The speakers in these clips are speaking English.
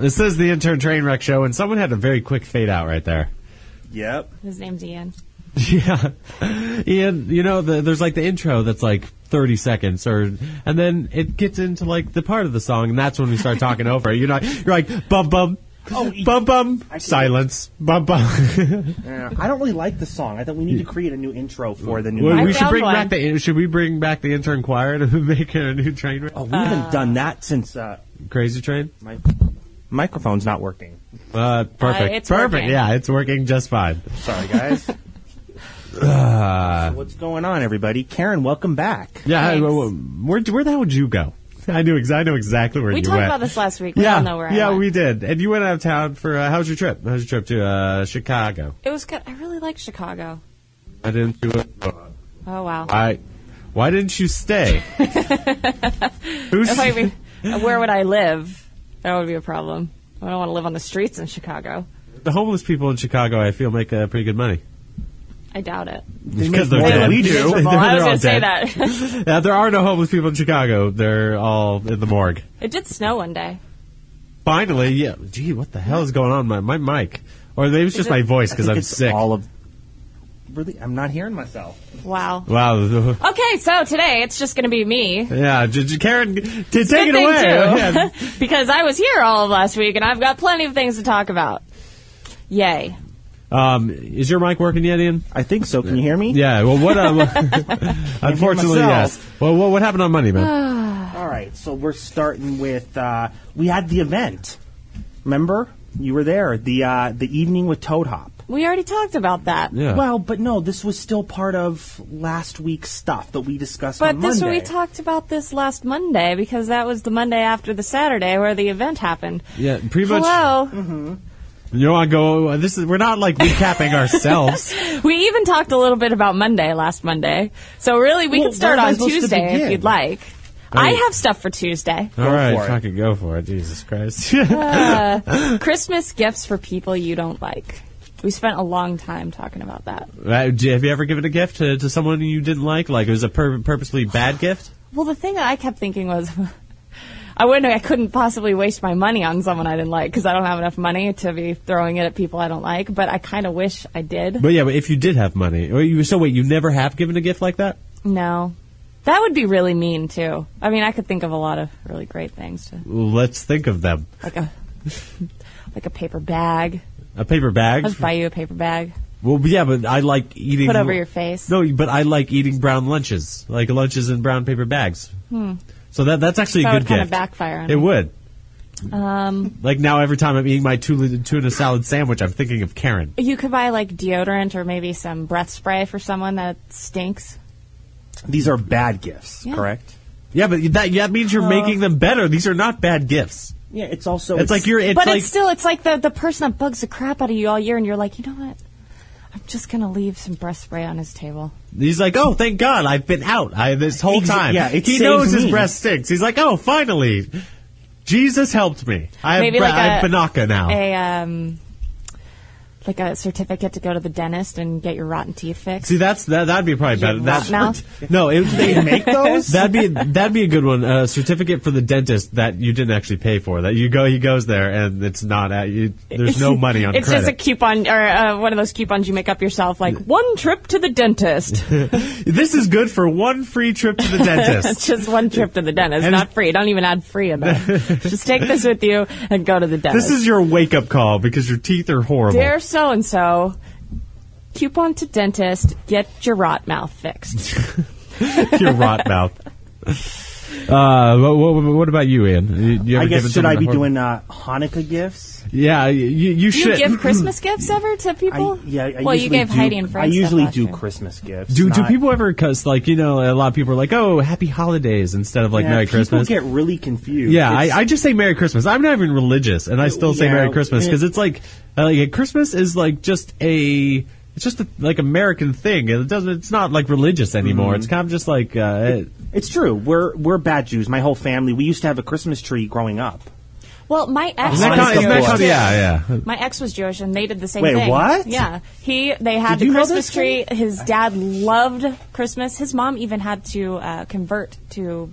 It says the intern train wreck show, and someone had a very quick fade out right there. Yep. His name's Ian. Yeah, Ian. You know, the, there's like the intro that's like 30 seconds, or and then it gets into like the part of the song, and that's when we start talking over. it. You're not. You're like bum bum. Oh, e- bum bum. I see. Silence. Bum bum. Yeah. I don't really like the song. I think we need to create a new intro for the new. Well, I we should found bring one. back the. Should we bring back the intern choir to make it a new train wreck? oh, we haven't done that since uh, Crazy train. my microphone's not working. Uh, perfect. Uh, it's perfect. working. Yeah, it's working just fine. Sorry, guys. So what's going on, everybody? Karen, welcome back. Yeah, I- Thanks. where where the hell would you go? I knew ex- I know exactly where We you talked went. about this last week. We yeah, all know where I yeah, went. we did. And you went out of town for uh, how's your trip? How's your trip to uh, Chicago? It was good. I really like Chicago. I didn't do it. Oh wow. I. Why didn't you stay? Who's If I mean, where would I live? That would be a problem. I don't want to live on the streets in Chicago. the homeless people in Chicago? I feel make uh, pretty good money I doubt it. because they're more dead. than we do. They're- they're Well, I was all going to say dead. that. Yeah, there are no homeless people in Chicago. They're all in the morgue. it did snow one day. Finally, yeah. Gee, what the hell is going on with my my mic? Or maybe it's just my voice because I think I'm it's sick. All of really, I'm not hearing myself. Wow. wow. Okay, so today it's just going to be me. Yeah, J- J- Karen, t- take Good it thing, away. too. Yeah. because I was here all of last week and I've got plenty of things to talk about. Yay. um, is your mic working yet, Ian? I think so. Can you hear me? Yeah. Well, what? Um, unfortunately, yes. myself. Well, what, what happened on Monday, man? All right. So we're starting with uh, we had the event. Remember, you were there the uh, the evening with Toad Hop. We already talked about that. yeah. Well, but no, this was still part of last week's stuff that we discussed But on this Monday. we talked about this last Monday because that was the Monday after the Saturday where the event happened. yeah. Pretty much. Hello. You want to go? uh, This is. We're not like recapping ourselves. Mm-hmm. We even talked a little bit about Monday last Monday. So really, we Well, could start where am I on supposed to Tuesday if begin? you'd like. I Right. have stuff for Tuesday. All right, for it. fucking go for it. Jesus Christ. Christmas gifts for people you don't like. We spent a long time talking about that. Uh, j- Have you ever given a gift to, to someone you didn't like? Like it was a pur- purposely bad gift? Well, the thing that I kept thinking was, I wouldn't, I couldn't possibly waste my money on someone I didn't like because I don't have enough money to be throwing it at people I don't like. But I kind of wish I did. But yeah, but if you did have money, or you, so wait, you never have given a gift like that? No, that would be really mean too. I mean, I could think of a lot of really great things, to, Let's think of them. like a like a paper bag. A paper bag. Let's buy you a paper bag. Well, yeah, but I like eating. Put over your face. No, but I like eating brown lunches, like lunches in brown paper bags. So that that's actually Hmm. That a would good kinda gift. backfire on it me. would. Um, Like now, every time I'm eating my tuna, tuna salad sandwich, I'm thinking of Karen. you could buy like deodorant or maybe some breath spray for someone that stinks. These are bad gifts, Yeah. correct? Yeah, but that that means Oh. you're making them better. These are not bad gifts. Yeah, it's also It's, like you're. It's but like it's still, it's like the the person that bugs the crap out of you all year, and you're like, you know what? I'm just gonna leave some breath spray on his table. he's like, oh, thank God, I've been out I, this whole Ex- time. yeah, it he saves knows his me. breath stinks. He's like, oh, finally, Jesus helped me. I have, Maybe bre- like I have a- Banaka now. A um, like a certificate to go to the dentist and get your rotten teeth fixed. See, that's that. That'd be probably better. rat That's mouth? no. It, they make those? That'd be that'd be a good one. A certificate for the dentist that you didn't actually pay for. That you go, he goes there, and it's not at you. There's no money on It's credit. just a coupon or uh, one of those coupons you make up yourself, like one trip to the dentist. this is good for one free trip to the It's dentist. just one trip to the dentist, And- not free. Don't even add free in there. just take this with you and go to the dentist. this is your wake up call because your teeth are horrible. Dear so and so, coupon to dentist, get your rot mouth fixed. your rot mouth. Uh, what, what, what about you, Ian? You, you I ever guess given should I someone a be hor- doing uh, Hanukkah gifts? Yeah, you, you Do you should give Christmas gifts ever to I, people? yeah, I well, you usually gave do, Heidi and Frank. I usually stuff last do year. Christmas gifts. Do, do not- people ever cuss like you know a lot of people are like oh happy holidays instead of like Yeah, merry people Christmas get really confused. Yeah, It's- I, I just say Merry Christmas. I'm not even religious, and I still say Yeah. Merry Christmas because it's like, uh, like Christmas is like just a. It's just a, like American thing. It doesn't. It's not like religious anymore. It's kind of just like uh, Mm-hmm. it- it's true. We're we're bad Jews. My whole family. We used to have a Christmas tree growing up. Well, my ex Isn't that was kind of- isn't that Jewish. kind of- yeah, yeah. My ex was Jewish, and they did the same Wait, thing. what? Yeah, he they had Did you the know Christmas this tree. His dad loved Christmas. His mom even had to uh, convert to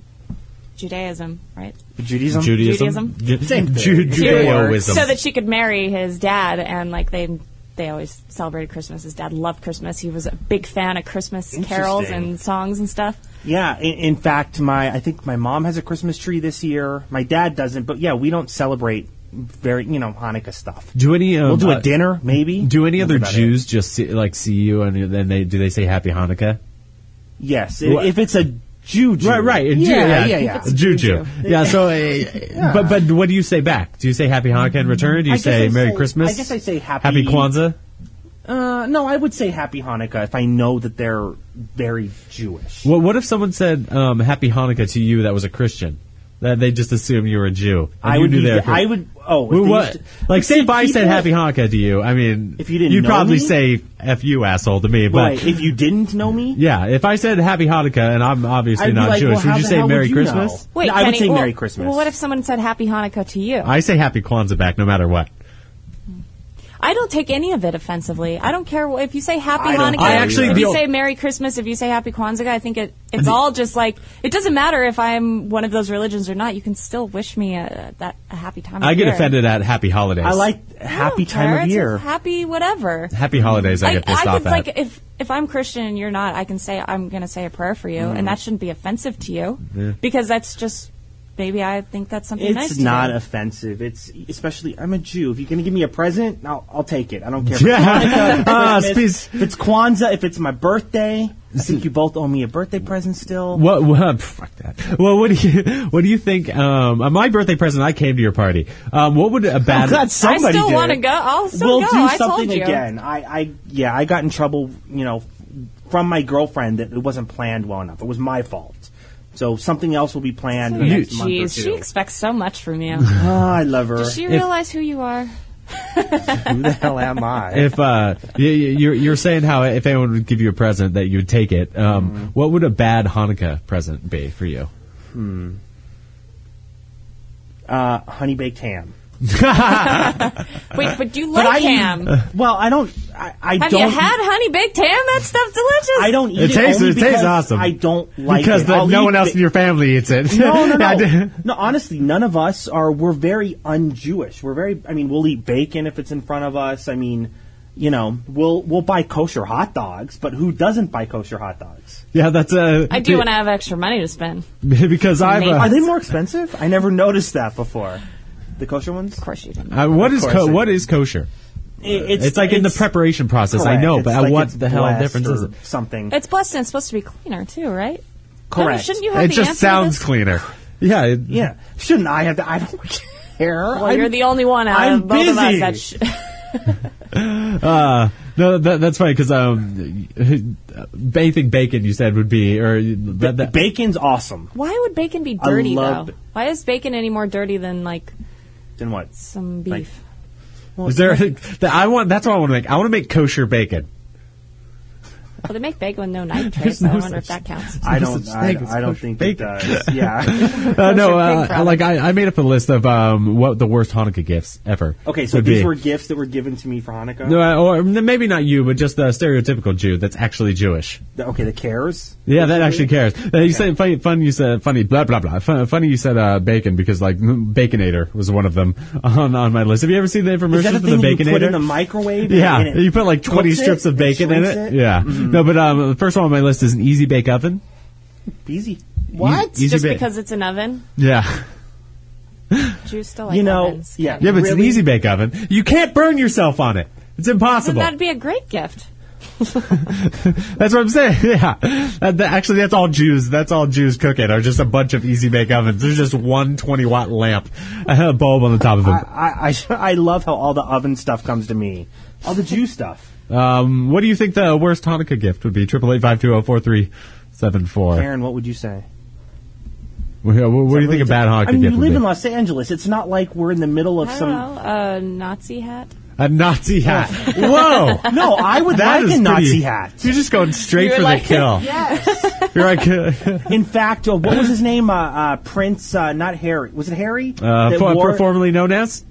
Judaism, right? Judaism. Judaism. Judaism? Ju- Same thing. Ju- Judaism. So that she could marry his dad, and like they they always celebrated Christmas. His dad loved Christmas. He was a big fan of Christmas carols Interesting. and songs and stuff. Yeah, in, in fact, my I think my mom has a Christmas tree this year. My dad doesn't, but yeah, we don't celebrate very you know Hanukkah stuff. do any of We'll do uh, a dinner maybe. Do any That's other about it. Jews just see, like see you and then they do they say Happy Hanukkah? Yes, i- What? if it's a Jew, Jew. Right, right. in Jew, yeah, yeah, yeah, yeah. Jew, Jew. Yeah. So, uh, but but what do you say back? Do you say Happy Hanukkah in return? Do you I guess say I Merry say- Christmas? I guess I say Happy- Happy Kwanzaa. Uh, no, I would say Happy Hanukkah if I know that they're very Jewish. What what if someone said um, Happy Hanukkah to you that was a Christian? That they just assumed you were a Jew. and I you would. knew be- they were I Christian. would. Oh, if Well, they what? used to- like, but say see, if I said people- Happy Hanukkah to you, I mean, If you didn't you'd know probably me? say "f you asshole" to me. But Right. If you didn't know me, yeah, if I said Happy Hanukkah and I'm obviously I'd be not like, Jewish, well, how would you the say hell Merry would you Christmas? know? Wait, I would Kenny, say well- Merry Christmas. Well, what if someone said Happy Hanukkah to you? I say Happy Kwanzaa back no matter what. I don't take any of it offensively. I don't care wh- if you say Happy I don't Hanukkah. care I actually if either. you say Merry Christmas, if you say Happy Kwanzaa, I think it it's all just like it doesn't matter if I'm one of those religions or not. You can still wish me a, that a happy time. of I get year. offended at Happy Holidays. I like I don't Happy time care. of It's year. just happy whatever. Happy Holidays. I, get pissed I off could at. like if if I'm Christian and you're not, I can say I'm going to say a prayer for you, Mm. and that shouldn't be offensive to you because that's just maybe I think that's something nice. It's to not you. offensive. It's especially I'm a Jew. If you're gonna give me a present, I'll, I'll take it. I don't care. Yeah. If it's, Ah, Hanukkah, if it's Christmas, if it's Kwanzaa, if it's my birthday, I think you both owe me a birthday present still. What, what fuck that. Well, what do you what do you think? Um, on my birthday present, I came to your party. Um, what would a bad? Oh, I'm glad Oh, somebody I still did. want to go. I'll still we'll go. do I something told you. again. I, I yeah, I got in trouble. You know, from my girlfriend that it wasn't planned well enough. It was my fault. So something else will be planned. in the You- next month or Jeez, she two. expects so much from you. Ah, I love her. Does she realize who you are? Who the hell am I? if uh, you, you're you're saying how if anyone would give you a present that you would take it. Um, Mm-hmm. what would a bad Hanukkah present be for you? uh, honey baked ham. Wait, but do you like I ham? Eat, well, I don't. I, I Have don't. you had honey baked ham? That stuff's delicious. I don't eat It it. tastes- only it tastes because awesome. I don't like because it. the- I'll no eat one else the- in your family eats it. No, no, I no. did- no, honestly, none of us are. We're very un-Jewish. We're very. I mean, we'll eat bacon if it's in front of us. I mean, you know, we'll we'll buy kosher hot dogs. But who doesn't buy kosher hot dogs? yeah, that's uh, I do when I have extra money to spend. Of because I've. Maybe. Are Uh, they more expensive? I never noticed that before. The kosher ones. course you do. uh, what is Of co- course. what is kosher? I- It's, It's, like in the it's preparation process. I correct. know, It's but uh, like what it's the hell blessed difference is or it? Something. It's blessed and it's supposed to be cleaner too, right? Correct. Don't- Shouldn't you have It the just answer to sounds this? cleaner. Yeah, it- yeah. Shouldn't I have? To, I don't care. Well, you're the only one out I'm of both of busy. us that. Sh- Uh, no, that, that's funny because um, anything bacon you said would be or that, that, bacon's awesome. Why would bacon be dirty love though? it. Why is bacon any more dirty than like Then what? some beef? Like- is there that I want. That's what I want to make. I want to make kosher bacon. well, they make bacon with no There's nitrates. so I no wonder if such- that counts. I There's don't. such I, thing as I don't kosher think bacon. it does. Yeah. Uh, no, Kosher uh, pig product. like I, I made up a list of um, what the worst Hanukkah gifts ever. okay, so would these be. were gifts that were given to me for Hanukkah. No, uh, or n- maybe not you, but just the stereotypical Jew that's actually Jewish. The- okay, the cares. Yeah, that actually cares. Uh, you said funny, fun. You said funny. Blah blah blah. Fun, funny. You said uh, bacon because like mm, Baconator was one of them on, on my list. Have you ever seen the infomercial Is that the for the thing you Baconator? put in a microwave? Yeah, and it you put like 20 cooks it strips of and Mm-hmm. bacon in it. shrinks Yeah. No, but um, the first one on my list is an easy bake oven. Easy. What? easy Just bake. because it's an oven, Yeah. Jews still like You know. ovens. Yeah. Yeah, but it's an really- easy bake oven. You can't burn yourself on it. It's Then impossible. that'd be a great gift. that's what I'm saying. Yeah. That- that- actually, that's all Jews. That's all Jews cooking are just a bunch of easy bake ovens. There's just one 20 watt lamp, a bulb on the top of it. I, I I love how all the oven stuff comes to me. All the Jew stuff. Um, what do you think the worst Hanukkah gift would be? Triple eight five two zero four three seven four. Aaron, what would you say? What, what do you think a bad Hanukkah I mean, gift you live would in be? Los Angeles. It's not like we're in the middle of I some. don't know. A Nazi hat. A Nazi hat. Whoa. No, I would That like is a Nazi pretty- hat. You're just going straight You're for like- the kill. You're like uh, In fact, uh, what was his name? Uh, uh, Prince, uh, not Harry. Was it Harry? uh, That for- wore- formerly known as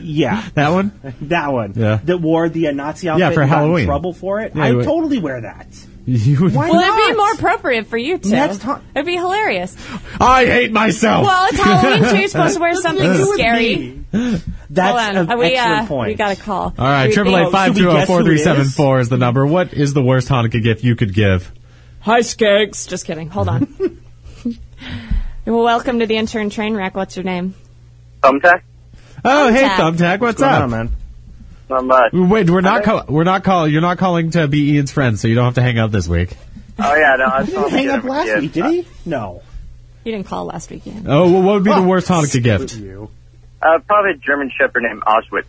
yeah, That one? that one. Yeah. That wore the uh, Nazi outfit. Yeah, for and got in Halloween. trouble for it. Yeah, I you would- totally wear that. You would- Why Well, not? it'd be more appropriate for you two. Next time- It'd be hilarious. I hate myself. Well, it's Halloween too. You're supposed to wear something Do it with scary. me. That's Hold on. an Uh, we, excellent uh, point. We got a call. All right, We- triple we- eight five two zero four three seven four is the number. What is the worst Hanukkah gift you could give? Hi, Skeggs. Just kidding. Hold on. well, welcome to the intern train wreck. What's your name? Thumbtack? Oh, hey, Thumbtack. Thumbtack, what's Come up? on, man. Not much. Wait, we're not Hello? call- we're not call you're not calling to be Ian's friend, so you don't have to hang out this week. Oh yeah, no, I He saw didn't him hang get up him a last gift. week, did he? No. You didn't call last weekend. Oh, well, what would be the worst Fuck. Hanukkah gift? Screw you. Uh, probably a German Shepherd named Auschwitz.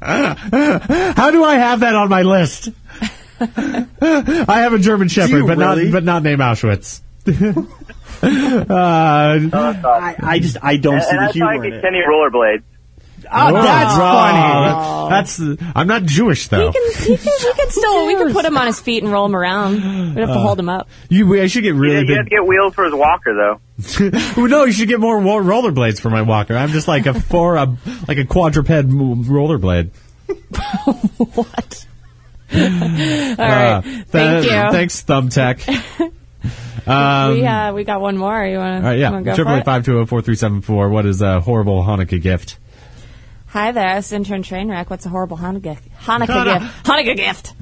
How do I have that on my list? I have a German Shepherd, you but really? not but not named Auschwitz. uh, Uh, I, I just I don't and see and the I saw him humor in get it. Kenny Rollerblades. Oh, that's funny. wow. That's I'm not Jewish though. He can, he can, he can still. We can put him on his feet and roll him around. We Uh, have to hold him up. you, I should get He really did- he had to big. get wheels for his walker though. Well, no, you should get more wa- rollerblades for my walker. I'm just like a for a like a quadruped mo- rollerblade. What? All right. Uh, Thank th- you. Thanks, Thumbtack. we, uh, we got one more. You um, want All right, yeah. to go Triple for eight it? five two zero four three seven four. What is a horrible Hanukkah gift? Hi there, it's intern train wreck. What's a horrible Hanukkah, Hanukkah Hana- gift? Hanukkah gift.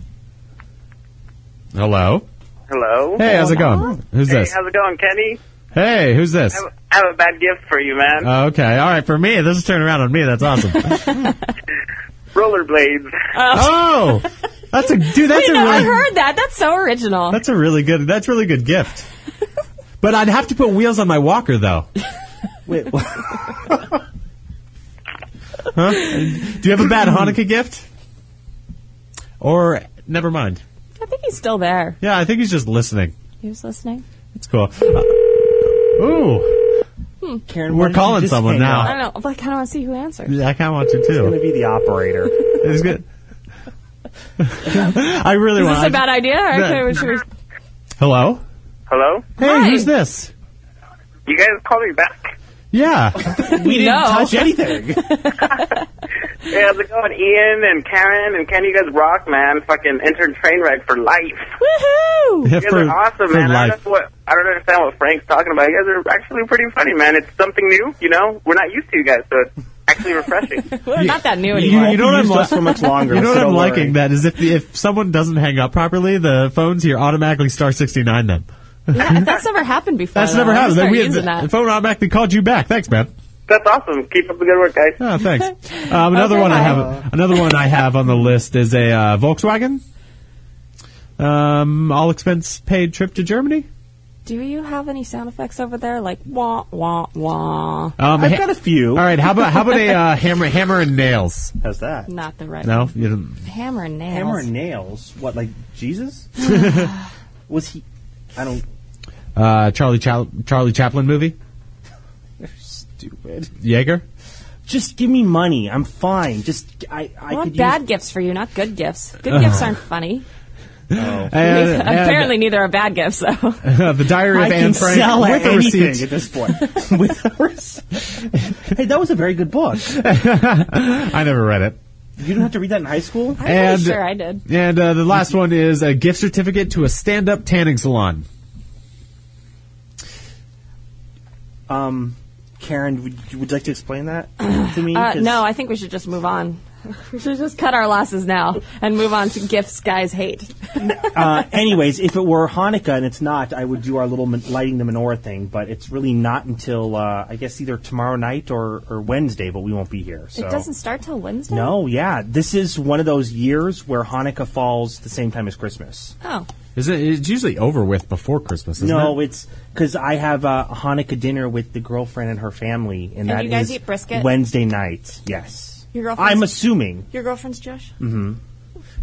Hello. Hello. Hey, how's it going? Hello. Who's Hey, this? how's it going, Kenny? Hey, who's this? I have, I have a bad gift for you, man. Oh, okay, all right. For me, this is turning around on me. That's awesome. Rollerblades. oh, that's a dude. That's You a know, I really heard that. That's so original. that's a really good that's really good gift. But I'd have to put wheels on my walker though. Wait, what? Huh? Do you have a bad Hanukkah gift? Or never mind. I think he's still there. Yeah, I think he's just listening. He was listening. It's cool. Uh, ooh, Karen, We're why did you calling just someone hang now. I up? don't know. but I kind of want to see who answers. I kind of want you It's too. gonna be the operator. It's good. I really Is want. this a bad idea? Or No. should we- should we- Hello. Hello. Hey, Hi. who's this? You guys call me back. Yeah. We didn't No. touch anything. Hey, how's it going, Ian and Karen and Kenny? You guys rock, man. Fucking intern train wreck for life. Woohoo! Yeah, You guys are awesome, for man. I life. don't know what I don't understand what Frank's talking about. You guys are actually pretty funny, man. It's something new, you know. We're not used to you guys, so it's actually refreshing. We're not that new You, anymore. you know what I'm Used li- us for much longer. You know what so I'm don't worry. liking that is if the, if someone doesn't hang up properly, the phones here automatically star 69 them. That- that's never happened before. That's though. uh, never I'm happened. gonna Like, start we had- using the, that. phone automatically called you back. Thanks, man. That's awesome. Keep up the good work, guys. Oh, thanks. Um, another Okay, one I bye. have. Another one I have on the list is a uh, Volkswagen. Um, all expense paid trip to Germany. Do you have any sound effects over there? Like wah wah wah. Um, I've ha- got a few. all right. How about how about a uh, hammer hammer and nails? How's that? Not the right. No, you didn't- Hammer and nails. Hammer and nails. What, like Jesus? Was he? I don't. uh, Charlie Chal- Charlie Chaplin movie. Stupid. Jaeger. Just give me money. I'm fine. Just I. I I want could bad use. gifts for you, not good gifts. Good gifts aren't funny. Uh, And- and, Apparently, neither are bad gifts though. uh, the Diary I of can Anne Frank sell with a anything receipt. at this point. with a receipt. Hey, that was a very good book. I never read it. You didn't have to read that in high school. I'm And- pretty sure I did. And uh, the last one is a gift certificate to a stand-up tanning salon. Um, Karen, would, would you like to explain that to me? Uh, 'Cause no, I think we should just move on. we should just cut our losses now and move on to gifts guys hate. uh, anyways, if it were Hanukkah and it's not, I would do our little min- lighting the menorah thing. But it's really not until uh, I guess either tomorrow night or, or Wednesday. But we won't be here. So It doesn't start till Wednesday. No, yeah, this is one of those years where Hanukkah falls the same time as Christmas. Oh, Is it? It's usually over with before Christmas. Isn't no, it? it's because I have a Hanukkah dinner with the girlfriend and her family, and, that you guys is eat brisket? Wednesday night. Yes, Your girlfriend's- I'm assuming. your girlfriend's Jewish. Mm-hmm.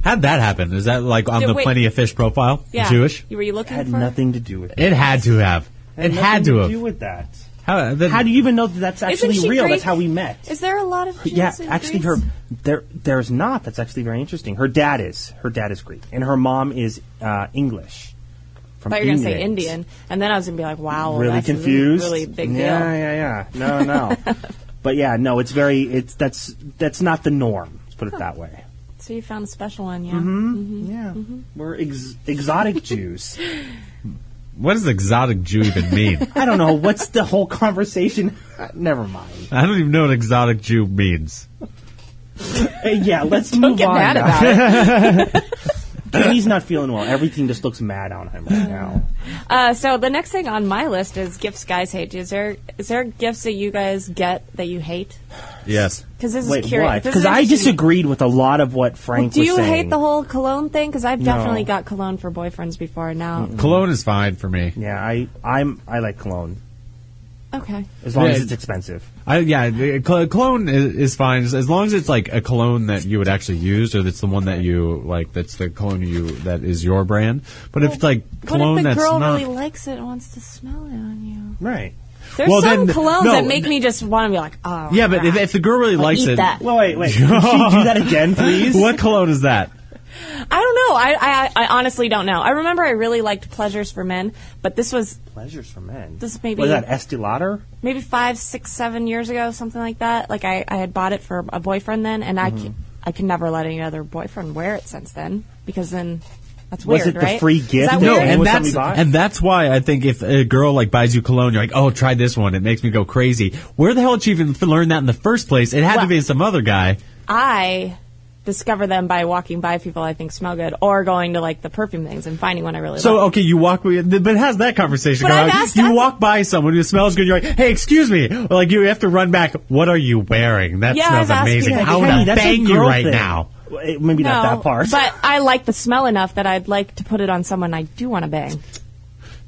how'd that happen? Is that like on Yeah, the wait. Plenty of Fish profile? Yeah, Jewish? You- Were you looking Had for? nothing to do with it. It had to have. It had nothing to do have. with that. How, the- How do you even know that that's actually she real? Greek? That's how we met. Is there a lot of Jews yeah, in actually, Greece? her there there's not. That's actually very interesting. Her dad is her dad is Greek, and her mom is uh, English. From I thought you were gonna say England. Indian, and then I was gonna be like, wow, Really that's Oh, a confused. really big yeah, yeah, yeah. No, no. But yeah, no, it's very it's that's that's not the norm. Let's put it that way. So you found a special one, yeah? Mm-hmm. Mm-hmm. Yeah, we're ex- exotic Jews. What does exotic Jew even mean? I don't know what's the whole conversation. Uh, Never mind. I don't even know what exotic Jew means. Uh, yeah, let's Don't move get on. mad now. about it. He's not feeling well. Everything just looks mad on him right now. Uh, so the next thing on my list is gifts guys hate. Is there is there gifts that you guys get that you hate? Yes. Because this Wait, is curious. what? this Because is I interesting. disagreed with a lot of what Frank Do was you saying. hate the whole cologne thing? Because I've definitely got cologne for boyfriends before. Now, Cologne is fine for me. Yeah, I I'm I like cologne okay, as long as Yeah. it's expensive. I, yeah, the- col- cologne is, is fine as- as long as it's like a cologne that you would actually use, or that's the one that you like. That's the cologne you that is your brand. But if it's like what cologne if the that's girl not, really likes it and wants to smell it on Right. you? There's Well, some then- colognes no, that make me just want to be like, oh, yeah, but if, crap. if the girl really I'll likes eat it, that. Well, wait, wait. Can she do that again, please? what cologne is that? I don't know. I, I I honestly don't know. I remember I really liked Pleasures for Men, but this was Pleasures for men. This may was be- that Estee Lauder. maybe five, six, seven years ago, something like that. Like I, I had bought it for a boyfriend then, and Mm-hmm. I, can, I can never let any other boyfriend wear it since then because then that's Was weird, it the right? free Is gift that No, weird? and and was that's something bought? and that's why I think if a girl like buys you cologne, you're like, oh, try this one. It makes me go crazy. Where the hell did you even f- learn that in the first place? It had Well- to be some other guy. I discover them by walking by people I think smell good, or going to like the perfume things and finding one I really So like. okay, you walk, with- but it has that conversation But going I've on. asked- You I've- walk by someone who smells good. You're like, hey, excuse me. Or, Like you have to run back. What are you wearing? That Yeah, smells I've asked amazing. I people. Hey, want to that's a bang you girl right thing. now. Well, eh, oh, Maybe no, not that part. but I like the smell enough that I'd like to put it on someone I do want to bang.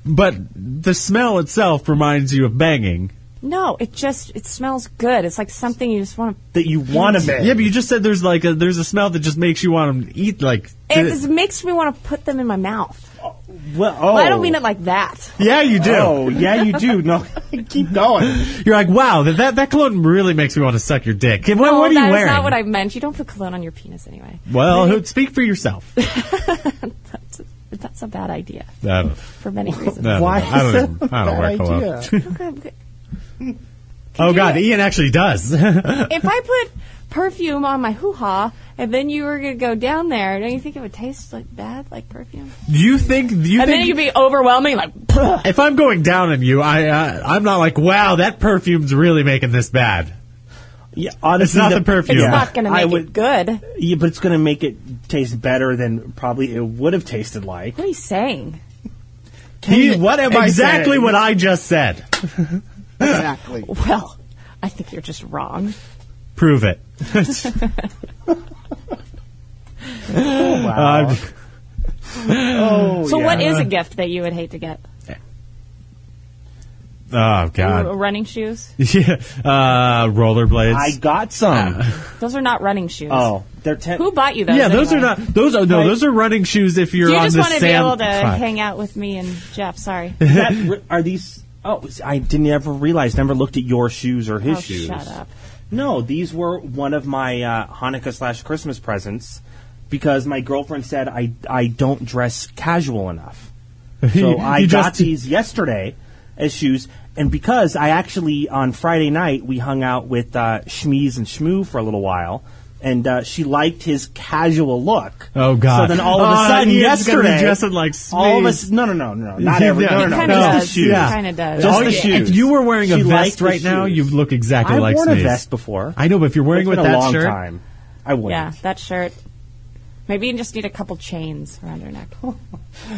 But the smell itself reminds you of banging. No, it just it smells good. It's like something you just want to that you want to bang. Yeah, but you just said there's like a, there's a smell that just makes you want to eat like. It, just makes me want to put them in my mouth. well, oh. Well, I don't mean it like that. yeah, you do. Oh, yeah, you do. No, keep going. You're like, wow, that, that that cologne really makes me want to suck your dick. What, No, what are you Oh, that is wearing? not what I meant. You don't put cologne on your penis anyway. well, who- speak for yourself. I That's a bad idea don't, for many reasons. I don't Why know. I don't, is that even- I don't a wear cologne. bad idea? Okay, okay. Oh God, Ian actually does. if I put perfume on my hoo ha and then you were gonna go down there, don't you think it would taste like bad, like perfume? you think you And then think you'd be overwhelming, like. "Pugh." if I'm going down on you, I uh, I'm not like, wow, that perfume's really making this bad. Yeah, honestly, It's not the perfume. It's Yeah. not gonna I make would- it good. What Yeah, but it's going to make it taste better than probably it would have tasted like. are you saying? He- what am I exactly saying? what I just said? Exactly. Well, I think you're just wrong. Prove it. Wow. I'm- oh, So, yeah. what is a gift that you would hate to get? oh R- God, running shoes? yeah, uh, rollerblades. I got some. Those are not running shoes. oh, they're ten. Who bought you those? yeah, those are anyway? not those. Are, no, Like- those are running shoes. If you're You on just the want to be sand- able to Fuck. hang out with me and Jeff. Sorry. that, are these? Oh, I didn't ever realize. Never looked at your shoes or his Oh, shoes. shut up. No, these were one of my uh, Hanukkah slash Christmas presents because my girlfriend said I I don't dress casual enough. So I you got just- these yesterday as shoes, and because I actually on Friday night we hung out with uh, Schmeez and Schmoo for a little while. And uh, she liked his casual look. Oh, God. So then all of a Oh, sudden, Ian's gonna be yesterday, dressing like all of Schmeez. us. No, no, no, no, not every. Yeah. No, no, He no. kinda just the does. shoes. Yeah. Kinda does. Just Oh, the yeah, shoes. If you were wearing a She liked vest the right now, shoes. you look exactly I've like worn Sneeze. a vest before. I know, but if you're wearing with It's been a that long shirt, time. I wouldn't. Yeah, that shirt. Maybe you just need a couple chains around your neck. Oh,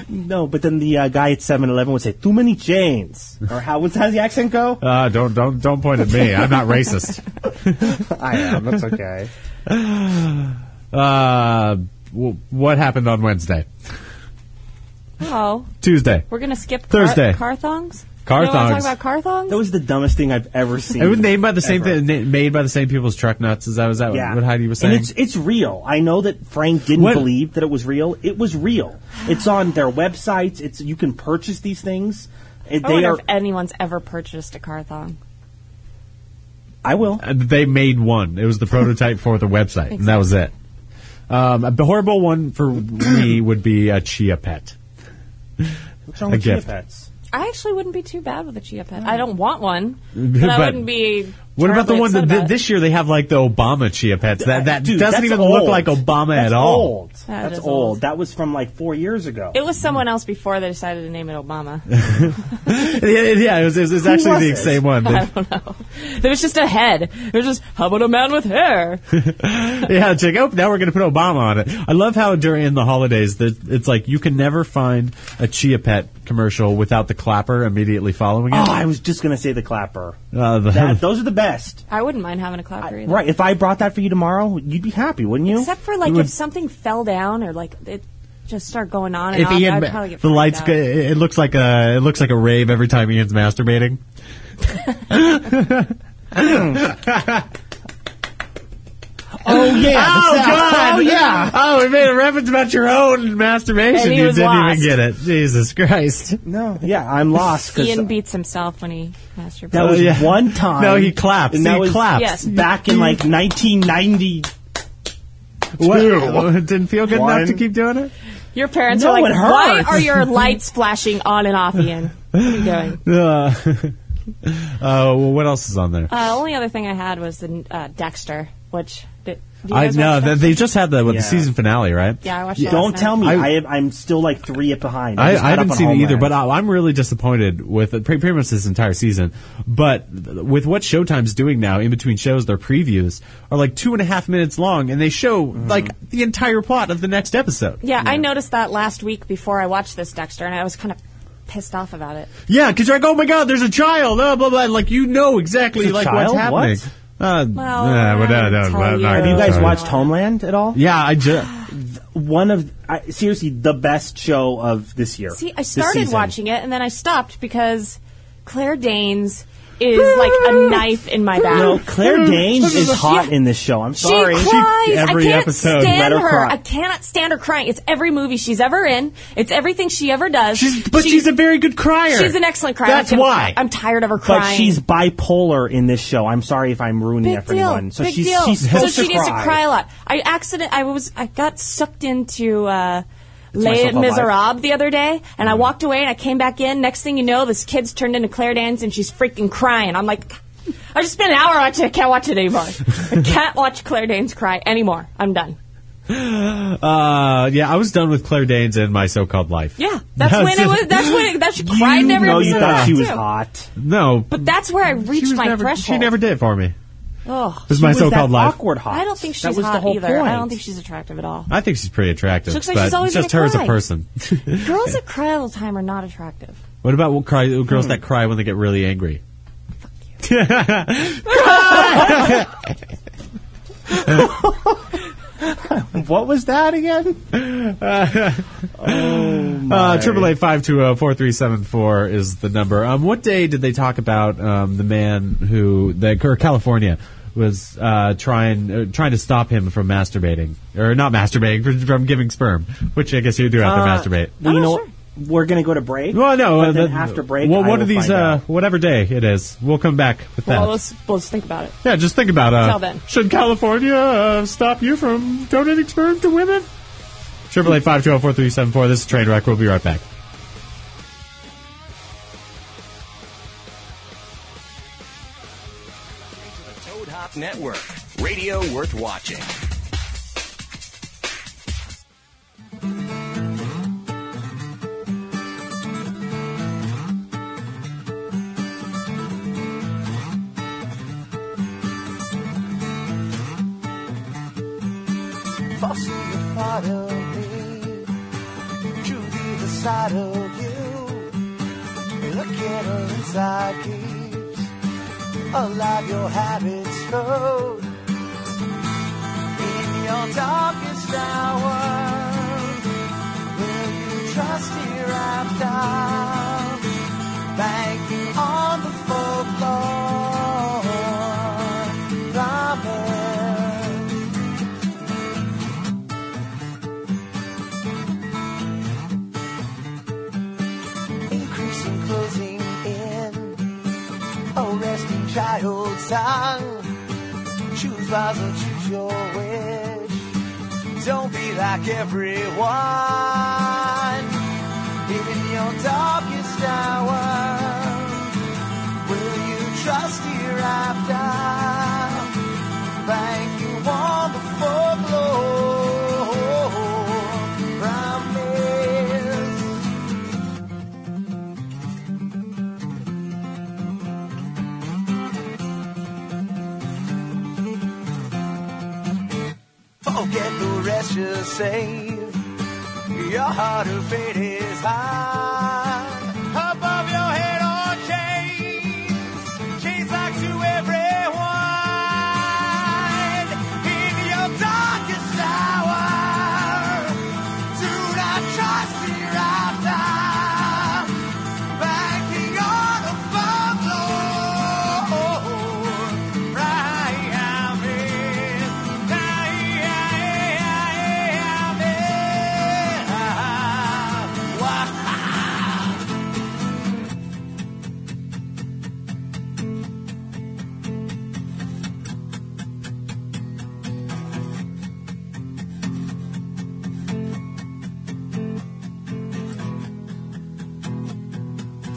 No, but then the uh, guy at 7-Eleven would say, "Too many chains," or how was how's the accent go? Uh, don't don't don't point at me. I'm not racist. I am. That's okay. Uh, w- what happened on Wednesday, Oh, Tuesday? we're gonna skip Thursday. Car, car thongs. Car You don't wanna thongs. Talk about car thongs. That was the dumbest thing I've ever seen. It was named by the same Ever. thing, na- made by the same people as truck nuts. Is that was that Yeah. what Heidi was And saying? it's it's real. I know that Frank didn't What- believe that it was real. It was real. It's on their websites. It's you can purchase these things. It- Oh, I they wonder are. if anyone's ever purchased a car thong. I will. Uh, they made one. It was the prototype for the website, and that was it. Um, a horrible one for me would be a chia pet. What's wrong a with chia gift. pets? I actually wouldn't be too bad with a chia pet. I don't want one, but, I But- wouldn't be What about the terribly one that upset th- about it. this year they have like the Obama chia pets? That that Dude, doesn't that's even old. look like Obama at That's all. Old. That that's is old. old. That was from like four years ago. It was someone else before they decided to name it Obama. Yeah, yeah, it was, it was, actually was the it? same one. They- there was just a head. It was just how about a man with hair? yeah, check out. Now we're going to put Obama on it. I love how during the holidays, that it's like you can never find a Chia Pet commercial without the clapper immediately following it. Oh, I was just gonna say the clapper. Uh, the- That, those are the best. I wouldn't mind having a clapper either. Right. If I brought that for you tomorrow, you'd be happy, wouldn't you? Except for like It would- if something fell down or like it just start going on and if on, Ian, I'd probably get the freaked lights, out. go, it looks like a it looks like a rave every time Ian's masturbating. oh yeah. Oh the sound. God! Oh yeah. Oh, we made a reference about your own masturbation. And he You was didn't lost. even get it. Jesus Christ! No. Yeah. I'm lost because Ian beats himself when he masturbates. that was Oh, yeah. one time. No, he claps. And that he was claps. Yes. back in like 1990. What? Two. It didn't feel good One. enough to keep doing it. Your parents No, are like, it why hurts." are your lights flashing on and off, Ian? What are you doing? Uh, uh, well, what else is on there? Uh, only other thing I had was the uh, Dexter, which did, do you I guys know watch that Dexter? they just had the what, Yeah. the season finale, right? Yeah, I watched. it Don't last tell night. me. I- I, I am still like three it behind. I, just I caught haven't up on seen it either, Homeland. but I, I'm really disappointed with it, pre- pretty much this entire season. But with what Showtime's doing now, in between shows, their previews are like two and a half minutes long, and they show Mm-hmm. like the entire plot of the next episode. Yeah, I noticed that last week before I watched this Dexter, and I was kind of pissed off about it. Yeah, because you're like, oh my god, there's a child, blah blah blah. Like you know exactly There's a like child? what's happening. What? Uh, Well, yeah, well, I no, no, tell no, you. no, Have Have you guys sorry. watched Homeland at all? Yeah, I just. One of I, seriously the best show of this year. See, I This started season. watching it, and then I stopped because Claire Danes is like a knife in my back. No, Claire Hmm. Danes is hot in this show. I'm She sorry. cries. every I can't episode, stand let her her. cry. I cannot stand her crying. It's every movie she's ever in. It's everything she ever does. She's, but she's, a very good crier. she's an excellent crier. That's I can't- why. I'm tired of her but crying. she's bipolar in this show. I'm sorry if I'm ruining big it for deal. anyone. So big she's deal. she's so supposed she needs to cry a lot. I accident. I was. I got sucked into. Uh, Les Myself Alive. Miserables the other day, and Mm-hmm. I walked away and I came back in. Next thing you know, this kid's turned into Claire Danes and she's freaking crying. I'm like, I just spent an hour watching. it. I can't watch it anymore. I can't watch Claire Danes cry anymore. I'm done. Uh, yeah, I was done with Claire Danes and my so-called life. Yeah, that's when it was. That's when it, that she cried in every No, episode. you of thought that, she was too. hot. No, But that's where I she reached was my never, threshold. She never did for me. It Ugh. was She my was so-called that life. awkward hot. I don't think she's that was the hot whole either. Point. I don't think she's attractive at all. I think she's pretty attractive. She looks like she's but always just gonna her as a cry. person. Girls that cry all the time are not attractive. What about what cry, girls that cry when they get really angry? What was that again? Uh, Triple eight five two zero four three seven four is the number. Um, what day did they talk about um, the man who the or California was uh, trying uh, trying to stop him from masturbating or not masturbating from, from giving sperm, which I guess you do have Uh, to masturbate. Well, you Oh, know, sure. we're gonna go to break. Well, no, but uh, then the- after break, Well, I one will of these, find out. uh, whatever day it is, we'll come back with that. Well, let's, let's think about it. yeah, just think about uh, Till then. should California uh, stop you from donating sperm to women? Triple eight five two zero four three seven four. This is Trainwreck. We'll be right back. The Toad Hop Network, radio worth watching. Fussy a part of me, truly the side of you. The candle inside keeps alive your habits load. In your darkest hour, will you trust hereafter? Banking on the folklore, promise. increasing closing in. Arresting child's tongue. Choose wisely, choose your wish. Don't be like everyone. In your darkest hour, will you trust hereafter. Thank you, wonderful glory. Promise. Forget the rest you say. Your heart of it is high. Above your head on chains. Chains back to everyone. In your darkest hour. Do not trust hereafter. Banking on a follow. Right am in.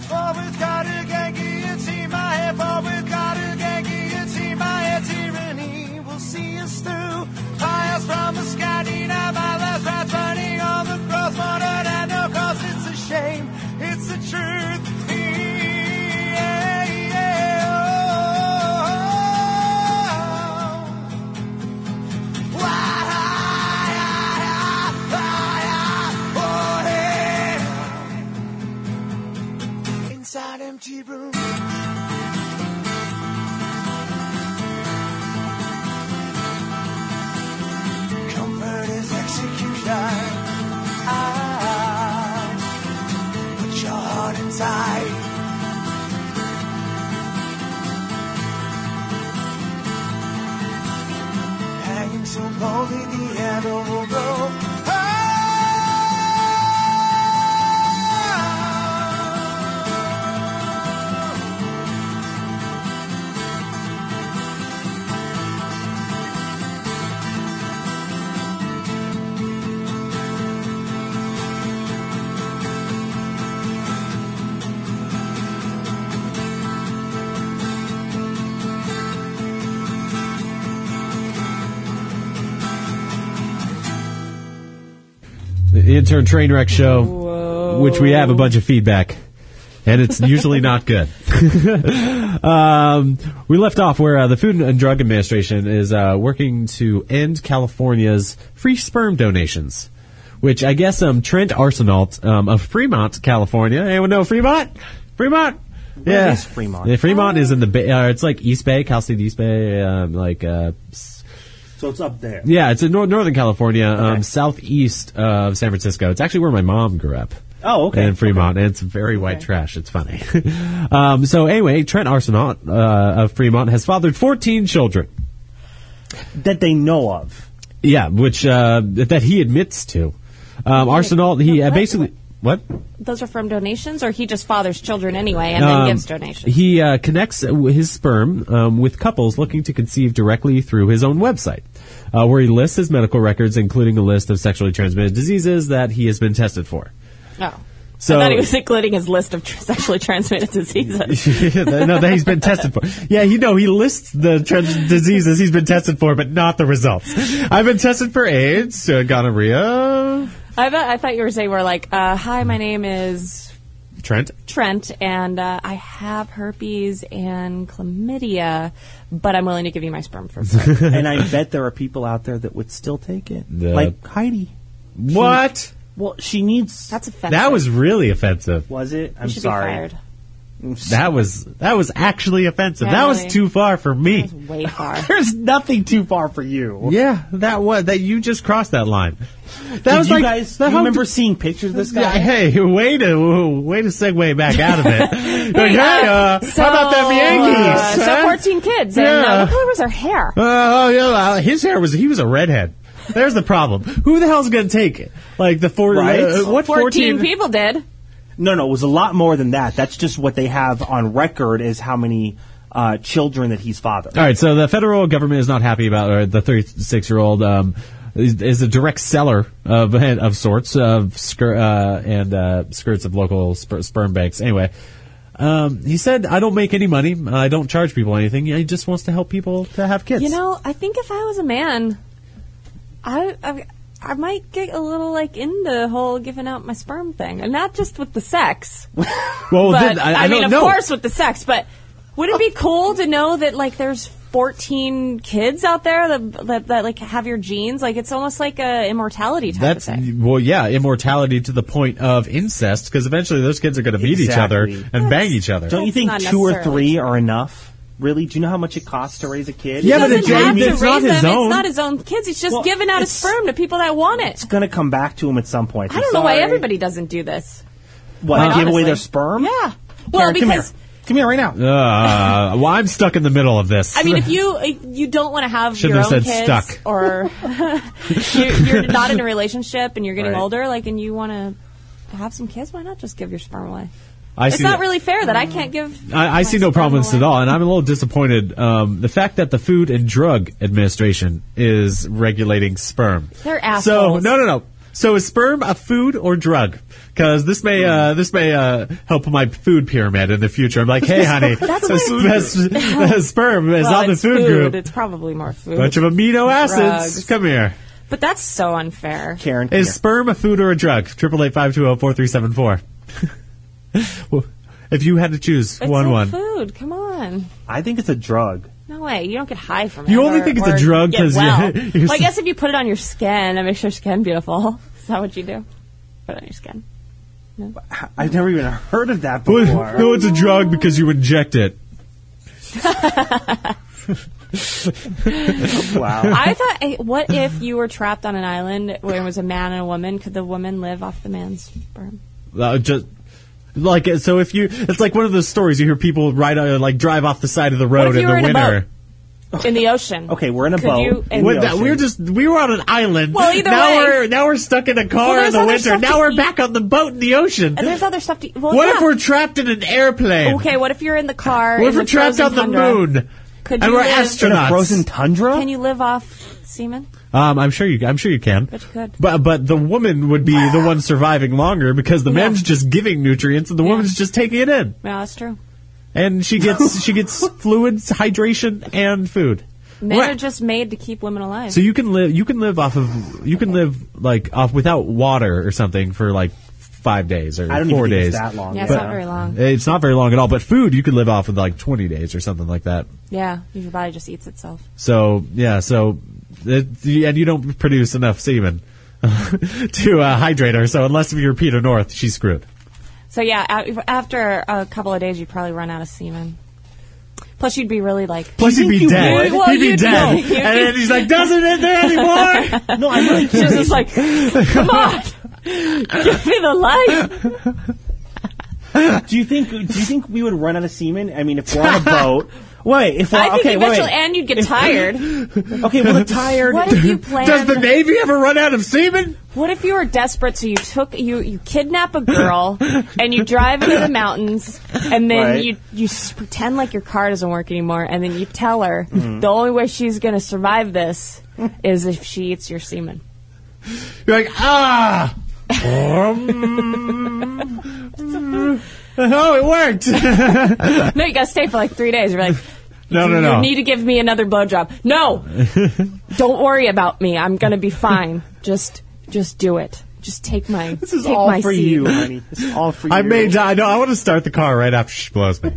Forward, got a gangy, it's in my head. Forward, got a gangy, it's in my head. Tyranny will see us through. Fires from the sky, deny my last rights, running on the cross, modern and no cross. It's a shame, it's the truth. Yeah, yeah, oh. inside empty room. Comfort is execution. Ah, put your heart inside. Hanging so boldly, the Ah! handle will go. The intern train wreck show, which we have a bunch of feedback, and it's usually not good. um, we left off where uh, the Food and Drug Administration is uh, working to end California's free sperm donations. Which I guess um, Trent Arsenault um, of Fremont, California. Anyone know Fremont? Fremont. Where yeah, is Fremont? Yeah, Fremont is in the Bay. Uh, it's like East Bay, Cal State East Bay, um, like uh, So it's up there. yeah, it's in nor- Northern California, Okay. um, southeast of San Francisco. It's actually where my mom grew up. Oh, okay. In Fremont, and it's very white trash. It's funny. um, so anyway, Trent Arsenault uh, of Fremont has fathered 14 children. That they know of. Yeah, which uh, that he admits to. Um, Arsenault, he uh, basically what? Those are from donations, or he just fathers children anyway and then Um, gives donations. He uh, connects uh, his sperm um, with couples looking to conceive directly through his own website, uh, where he lists his medical records, including a list of sexually transmitted diseases that he has been tested for. Oh. So- I thought he was including his list of tr- sexually transmitted diseases. no, that he's been tested for. Yeah, he no, he lists the trans- diseases he's been tested for, but not the results. I've been tested for AIDS, uh, gonorrhea, I, thought, I thought you were saying we're like, uh, hi, my name is Trent. Trent, and uh, I have herpes and chlamydia, but I'm willing to give you my sperm for free. and I bet there are people out there that would still take it. The- Like Heidi. What? Well, she needs. That's offensive. That was really offensive. was it? I'm You should be sorry. fired. That was that was actually offensive. Yeah, that really. was too far for me. That's way far. There's nothing too far for you. Yeah, that was that you just crossed that line. That Did was you like guys that you whole- remember seeing pictures of this guy? Yeah, hey, way to way to segue back out of it. Like, hey, uh, so, how about them Yankees? uh, so huh? 14 kids, and Yeah. uh, what color was her hair? Oh, yeah, uh, his hair was, he was a redhead. There's the problem. Who the hell's going to take it? Like the four, Right? uh, what 14 14? people did. No, no, it was a lot more than that. That's just what they have on record is how many uh, children that he's fathered. All right, so the federal government is not happy about or the 36 year old. Um, is, is a direct seller of of sorts of skir- uh, and uh, skirts of local sper- sperm banks. Anyway, Um, he said, "I don't make any money. I don't charge people anything. He just wants to help people to have kids." You know, I think if I was a man, I, I I might get a little like into the whole giving out my sperm thing, and not just with the sex, well, but then, I, I mean, don't of know. Oh. course, with the sex. But would it be cool to know that like there's 14 kids out there that that, that like have your genes? Like it's almost like a immortality type That's of thing. well, yeah, immortality to the point of incest because eventually those kids are going to meet each Exactly. other and bang each other. Don't you That's think not two or necessarily- three are enough? Really? Do you know how much it costs to raise a kid? Yeah, He but doesn't it- Jamie, have to it's not raise his them. own. It's not his own kids. He's just Well, giving out his it's- sperm to people that want it. It's gonna come back to him at some point. I don't know why everybody doesn't do this. what Uh, give away honestly. their sperm. Yeah. Well, Karen, because come here, come here right now. Uh, well, I'm stuck in the middle of this. I mean, if you if you don't want to have Shouldn't your have own said kids, stuck. or you're, you're not in a relationship and you're getting Right. older, like, and you want to have some kids, why not just give your sperm away? I It's see not that- really fair that I can't give. I, I my see no problem with this at sperm away. all, and I'm a little disappointed. Um, the fact that the Food and Drug Administration is regulating sperm. They're So assholes. no, no, no. So is sperm a food or drug? Because this may Hmm. uh, this may uh, help my food pyramid in the future. I'm like, hey, honey, That's sp- sp- sperm is Well, on the it's food, group. It's probably more food. Bunch of amino acids. Drugs. Come here. but that's so unfair. Karen, come Is here. sperm a food or a drug? Triple eight five two zero four three seven four. If you had to choose It's one, all one. food. Come on. I think it's a drug. No way. You don't get high from it. You only or- think it's a or drug get 'cause you- well. you're well, I s- guess if you put it on your skin, it makes your skin beautiful. Is that what you do? Put it on your skin. I've never even heard of that Well, before. no, it's a drug because you inject it. Wow. I thought, eh, what if you were trapped on an island where it was a man and a woman? Could the woman live off the man's sperm? Uh, just like uh, so, if you, it's like one of those stories you hear people ride, uh, like drive off the side of the What road if you in were the in a winter. In the ocean. Okay, we're in a Could boat. you- in What, the that, ocean. we're just we were on an island. Well, either now way. we're now we're stuck in a car Well, in there's the other winter. stuff Now to we're eat. back on the boat in the ocean. And there's other stuff to. Well, what yeah. if we're trapped in an airplane? Okay, what if you're in the car? What in if we're the trapped frozen on the tundra? moon? Could and you we're live- in a astronauts. frozen tundra. Can you live off semen? Um, I'm sure you. I'm sure you can. But you could. But but the woman would be the one surviving longer because the man's just giving nutrients and the woman's just taking it in, No, that's true. and she gets she gets fluids, hydration, and food. Men What? are just made to keep women alive. So you can live you can live off of you can live like off without water or something for like five days or I don't four even think days. it's that long. yeah, it's you not know? very long. It's not very long at all. But food you could live off of like twenty days or something like that. yeah, your body just eats itself. So yeah, so it, and you don't produce enough semen to uh, hydrate her. So unless you're Peter North, she's screwed. So yeah, a- after a couple of days, you'd probably run out of semen. Plus, you'd be really like. Plus, he'd think be you dead. would? Well, he'd be you'd dead. know. You'd and then be- he's like, "Doesn't it there anymore?" No, I really She was can't. just like, "Come on, give me the Uh, life." do you think? Do you think we would run out of semen? I mean, if we're on a boat. Wait, if we're I think okay, wait, eventually, wait. and you'd get tired. Okay, well, the tired. What if you planned? Does the Navy ever run out of semen? what if you were desperate, so you took you you kidnap a girl and you drive into the mountains, and then Right. you you s- pretend like your car doesn't work anymore, and then you tell her Mm-hmm. the only way she's gonna survive this is if she eats your semen. You're like, ah. oh, it worked. No, you gotta stay for like three days. You're like, No, no, no. You need to give me another blowjob. No, don't worry about me. I'm gonna be fine. Just, just do it. Just take my. This is take all my for seed. you, honey. This is all for you. I may die. No, I want to start the car right after she blows me.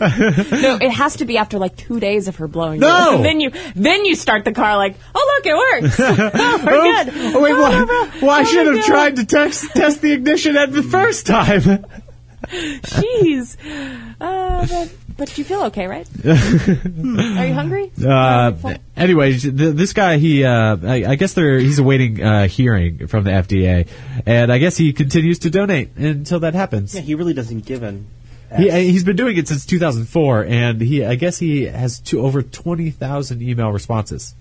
No, it has to be after like two days of her blowing. No! you. And then you, then you start the car like, oh look, it works. oh, we're good. Oh, wait, Oh, why- no, no. well, I Oh, should my have God. tried to text, test the ignition at the first time. Jeez. Uh, but, but you feel okay, right? Are you hungry? Uh, anyway, th- this guy, he, uh, I, I guess they're, he's awaiting uh, hearing from the FDA, and I guess he continues to donate until that happens. Yeah, he really doesn't give an. He, uh, he's been doing it since 2004, and he, I guess he has two, over 20,000 email responses.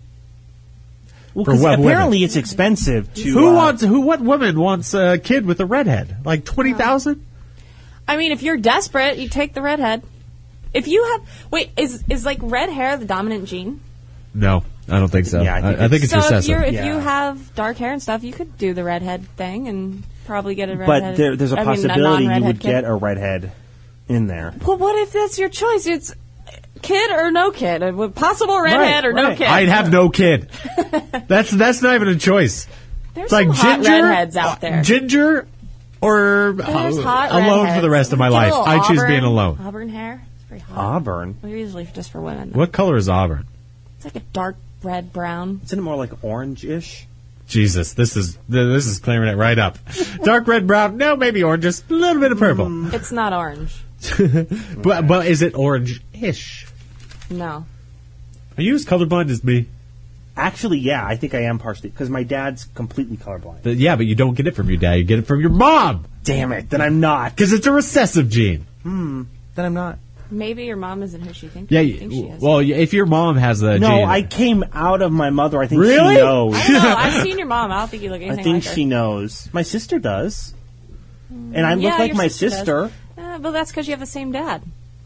Well, For 'cause web women. apparently it's expensive to. Who uh, wants? Who? What woman wants a kid with a redhead? Like twenty thousand? I mean, if you're desperate, you take the redhead. If you have, wait, is is like red hair the dominant gene? No, I don't think so. Yeah, I think I, think it's so if recessive. you if Yeah. you have dark hair and stuff, you could do the redhead thing and probably get a redhead. But there, there's a I mean, possibility you non-redhead would kid. get a redhead. in there. Well, what if that's your choice? It's kid or no kid, Uh, possible Right, redhead or no right. kid. I'd have no kid. That's that's not even a choice. There's It's like some hot ginger, uh, redheads out there. ginger, or There's hot alone for redheads. the rest of my Get a life. little I choose auburn- being alone. Auburn hair, it's pretty hot. Auburn. Well, usually just for women. though. What color is auburn? It's like a dark red brown. Isn't it more like orange-ish? Jesus, this is this is clearing it right up. Dark red, brown, no, maybe oranges, a little bit of purple. It's not orange. But but is it orange-ish? No. Are you as colorblind as me? Actually, yeah, I think I am partially because my dad's completely colorblind. Th- Yeah, but you don't get it from your dad. You get it from your mom Damn it! Then I'm not. because it's a recessive gene. Then I'm not. Maybe your mom isn't who she thinks. Yeah. you think she You, is. well, y- if your mom has the No, gene, I came out of my mother. I think Really? she knows. I don't know. I've seen your mom. I don't think you look I anything think like her. she knows. My sister does. And I yeah, look like your my sister does. sister. Uh, well, that's because you have the same dad.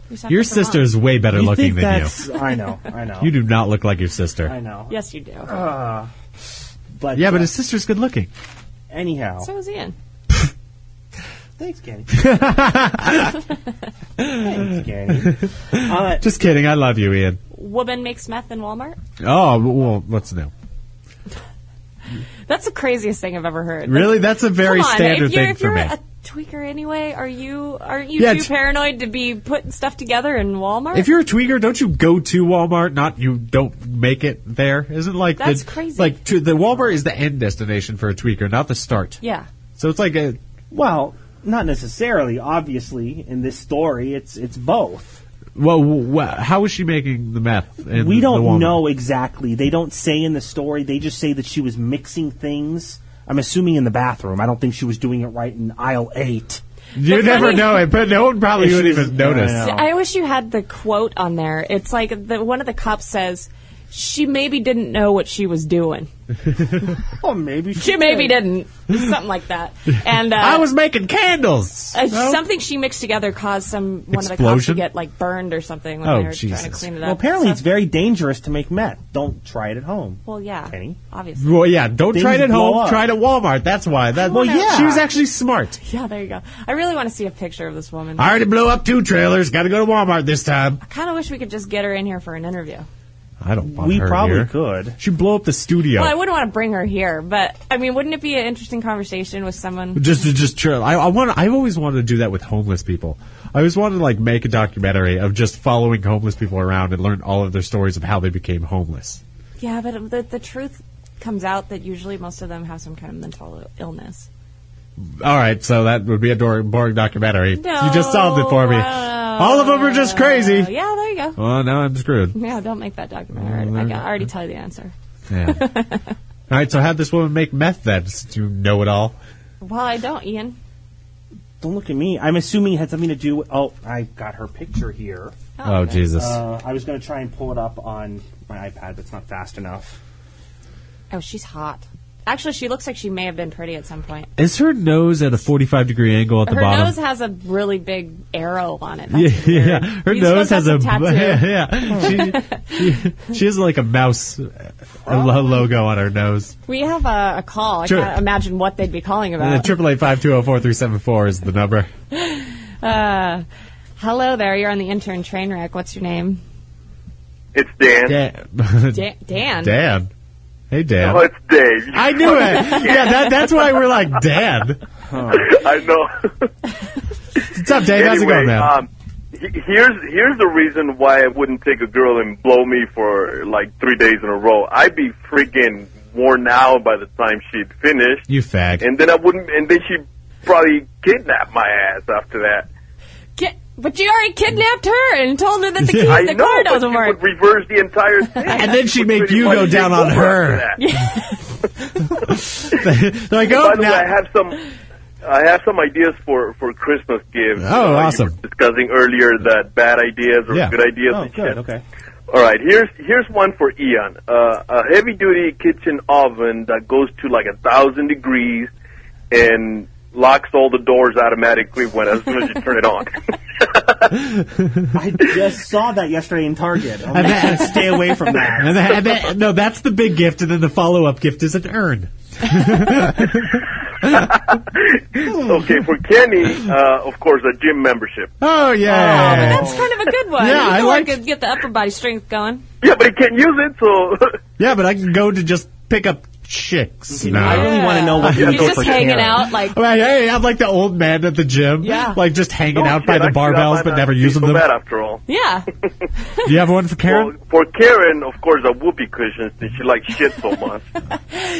You sound your like mom. sister is way better You looking think than that's, I know, I know. you. You do not look like your sister. I know. Yes, you do. But Yeah, but uh, his sister's good looking. anyhow. so is Ian. Thanks, Kenny. Thanks, Kenny. Uh, Just kidding. I love you, Ian. Woman makes meth in Walmart. Oh well, what's new? That's the craziest thing I've ever heard. Really, that's a very Come on, standard if you're, thing if for you're me. a tweaker anyway, are you aren't you Yeah, too it's- paranoid to be putting stuff together in Walmart? If you're a tweaker, don't you go to Walmart? Not you don't make it there. Isn't like That's the, crazy. Like to, the Walmart is the end destination for a tweaker, not the start. yeah. So it's like a well, not necessarily. Obviously, in this story, it's it's both. well, well how is she making the meth? In We the Walmart? don't know exactly. They don't say in the story. They just say that she was mixing things. I'm assuming in the bathroom. I don't think she was doing it right in aisle eight. You But never funny- know it, but no one probably If would she's- even I notice. know. I wish you had the quote on there. It's like the, one of the cops says, "She maybe didn't know what she was doing. Oh, maybe She maybe didn't." Something like that. And uh, I was making candles. uh, No? something she mixed together caused some one of the cops to Explosion? get like burned or something when Oh, they were trying to Jesus. clean it up. Well, apparently So- it's very dangerous to make meth. Don't try it at home. well, yeah, Penny. obviously. Well, yeah, don't Things try it at blow home. up. Try it at Walmart. That's why. That, Well, yeah. She was actually smart. Yeah, there you go. I really want to see a picture of this woman. I already blew up two trailers. Got to go to Walmart this time. kind of wish we could just get her in here for an interview. Oh. I don't want We her probably here. could. She blew up the studio. Well, I wouldn't want to bring her here, but I mean, wouldn't it be an interesting conversation with someone? just, just trail. I, I want. I've always wanted to do that with homeless people. I always wanted to like make a documentary of just following homeless people around and learn all of their stories of how they became homeless. Yeah, but the, the truth comes out that usually most of them have some kind of mental ill- illness. All right, so that would be a dor- boring documentary. No, you just solved it for me. uh, all of them are just crazy. Yeah, there you go. Well, now I'm screwed. Yeah, don't make that documentary. I, can, I already tell you the answer. Yeah. all right, so have this woman make meth then, since you know it all. Well, I don't, Ian. Don't look at me. I'm assuming it had something to do with. Oh, I got her picture here. Oh, okay. Jesus. Uh, I was going to try and pull it up on my iPad, but it's not fast enough. Oh, she's hot. Actually, she looks like she may have been pretty at some point. Is her nose at a 45 degree angle at the Her bottom? nose has a really big arrow on it. yeah, That's yeah. weird. Her You nose has suppose a that's tattoo. yeah. yeah. She, she, she has like a mouse uh, lo- logo on her nose. We have a, a call. I Sure. can't imagine what they'd be calling And about. Uh, triple eight five two zero four three seven four is the number. Uh, hello there. You're on the intern train wreck. What's your name? It's Dan. Dan. Da- Dan. Dan. Hey Dan. Oh, it's Dave. I knew it. Yeah, that, that's why we're like Dan. I know. What's up, Dave? How's it going, man? Um, he- here's here's the reason why I wouldn't take a girl and blow me for like three days in a row. I'd be freaking worn out by the time she'd finished, you fag. and then I wouldn't. And then she'd probably kidnap my ass after that. Ki- but you already kidnapped her and told her that the key I to the know, car but doesn't she work. would reverse the entire thing. And then she'd make Pretty you much go take down on over after her. that. They're like, oh, By the way, I now. have some. I have some ideas for for Christmas gifts. Oh, you were awesome. discussing earlier that bad ideas or Yeah. good ideas. Oh, and shit. good. Okay. All right, here's here's one for Eon. Uh, a heavy duty kitchen oven that goes to like a thousand degrees and locks all the doors automatically when as soon as you turn it on. I just saw that yesterday in Target. I'm bet- gonna stay away from that. And then- and then- no, that's the big gift, and then the follow up gift is an urn. okay, for Kenny, uh, of course, a gym membership. Oh yeah. That's kind of a good one. Yeah, you can I work like- and get the upper body strength going. Yeah, but he can't use it, so yeah, but I can go to just pick up chicks I now. really Yeah. want to know what You're you did just for hanging Karen. out, like I'm like, hey, I'm like the old man at the gym. Yeah. Like just hanging out by Shit, the I- I barbells might but never not be using so them. Bad after all. yeah. Do you have one for Well, Karen? for Karen, of course, a whoopee cushion since she likes shit so much.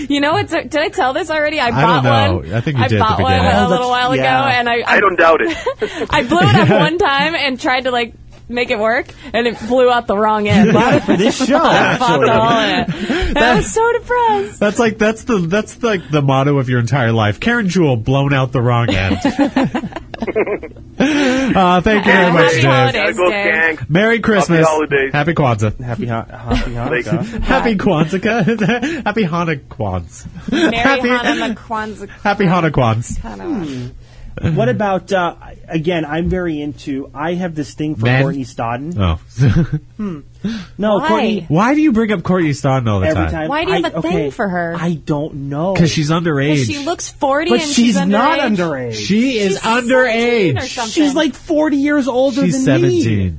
You know what's Did I tell this already? I don't bought know. one. I think you I did at the bought one beginning. Oh, a that's- little while ago, yeah. and I I I, don't doubt it. I blew it up one time and tried to like make it work, and it blew out the wrong end. Bought it for this show. Popped Actually, all in it. And I was so depressed. That's like that's the that's like the motto of your entire life. Karen Jewel blown out the wrong end. uh, thank you very Happy much, Dave. holidays. I go Dave. gang. Merry Christmas. holidays. Happy Kwanzaa. happy Ha- happy Hanukkah. Happy Kwanzaa. Happy Hanukkah. Mary Happy- Hannah McQuanza. Happy Hanukkah. what about uh, again? I'm very into. I have this thing for Men? Courtney Stodden. Oh. no, Why? Courtney. Why do you bring up Courtney Stodden all the Every time. Why do you have I- a thing okay, for her? I don't know. Because she's underage. She looks forty, but and she's, she's, not underage. underage. She is She's 17 or underage. something. she's like 40 years older She's than 17. me.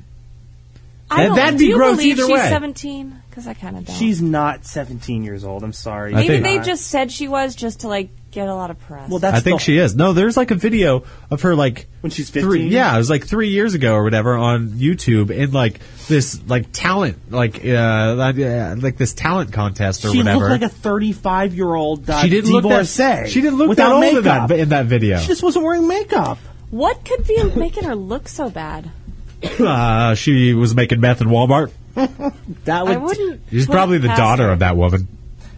I That- don't, that'd do be you gross believe either she's way. Seventeen, because I kind of don't. She's not 17 years old. I'm sorry. I Maybe think- they just said she was just to like get a lot of press. Well, that's I think the- she is. No, there's like a video of her like When she's Three, 15? yeah, it was like three years ago or whatever on YouTube, and like this like talent like uh like, uh, like this talent contest or She whatever. looked like a 35 year old. Uh, she didn't look that divorcee She didn't look without that old in makeup. that, in that video. She just wasn't wearing makeup. what could be making her look so bad? uh, she was making meth in Walmart. That I would. wouldn't. She's put it probably the past daughter her. of that woman.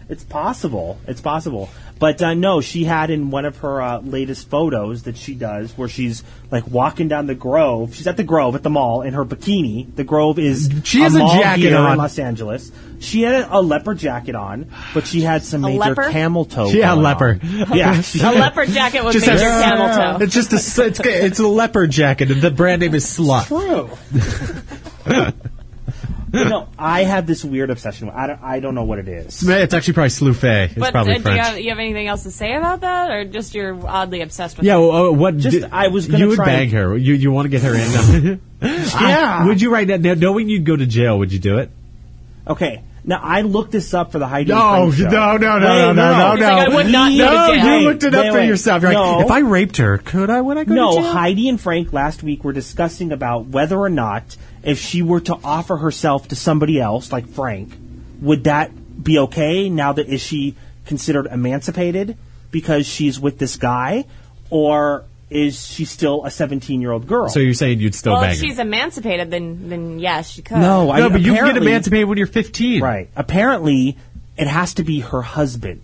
It's possible. It's possible. But uh, no, she had in one of her uh, latest photos that she does, where she's like walking down the Grove. She's at the Grove at the mall in her bikini. The Grove is She has a mall jacket here on. in Los Angeles. She had a, a leopard jacket on, but she had some major leopard? camel toe. She had a going leopard. on. Yeah, she- A leopard jacket would Just make your has- camel toe. It's just a s- it's, it's a leopard jacket, and the brand name is Slut. true. But no, I have this weird obsession. I don't, I don't know what it is. It's actually probably Slouffe. It's But uh, probably do you French. have, you have anything else to say about that, or just you're oddly obsessed with? Yeah, it? well, uh, what? Just- do- I was gonna You would try bang and- her. You you want to get her in? yeah. would you right now, now, knowing you'd go to jail? Would you do it? Okay. Now I looked this up for the Heidi. No, and Frank no, show. no, no, no, no, Wait, no, He's like, I would not We- go to No, jail. you Wait, looked it up wait, for wait. yourself. You're no, like, if I raped her, could I? Would I go to no, jail? Heidi and Frank last week were discussing about whether or not if she were to offer herself to somebody else, like Frank, would that be okay? Now that is she considered emancipated because she's with this guy, or is she still a seventeen-year-old girl? So you're saying you'd still well, bang if she's her? emancipated, then then yes, she could. no, I no, but you can get apparently- emancipated when you're 15. Right. Apparently, it has to be her husband.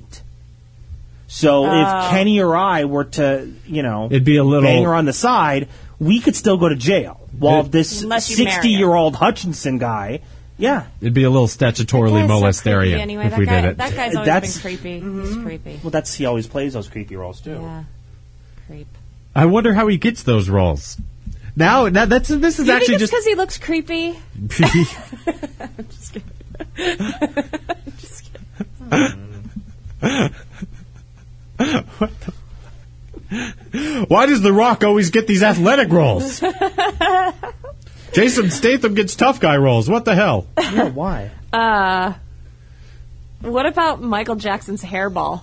So Oh. if Kenny or I were to, you know, It'd be a little- bang her on the side, we could still go to jail. While It- this Unless you marry her. sixty-year-old Hutchinson guy, yeah, It'd be a little statutorily Guys are molestarian creepy anyway. if that we guy, did it. That guy's always That's- been creepy. He's creepy. well, that's he always plays those creepy roles too. Yeah, creep. I wonder how he gets those roles. Now, now that's this is Do you actually think just it's because he looks creepy? Why does The Rock always get these athletic roles? Jason Statham gets tough guy roles. What the hell? Yeah, why? What about Michael Jackson's hairball?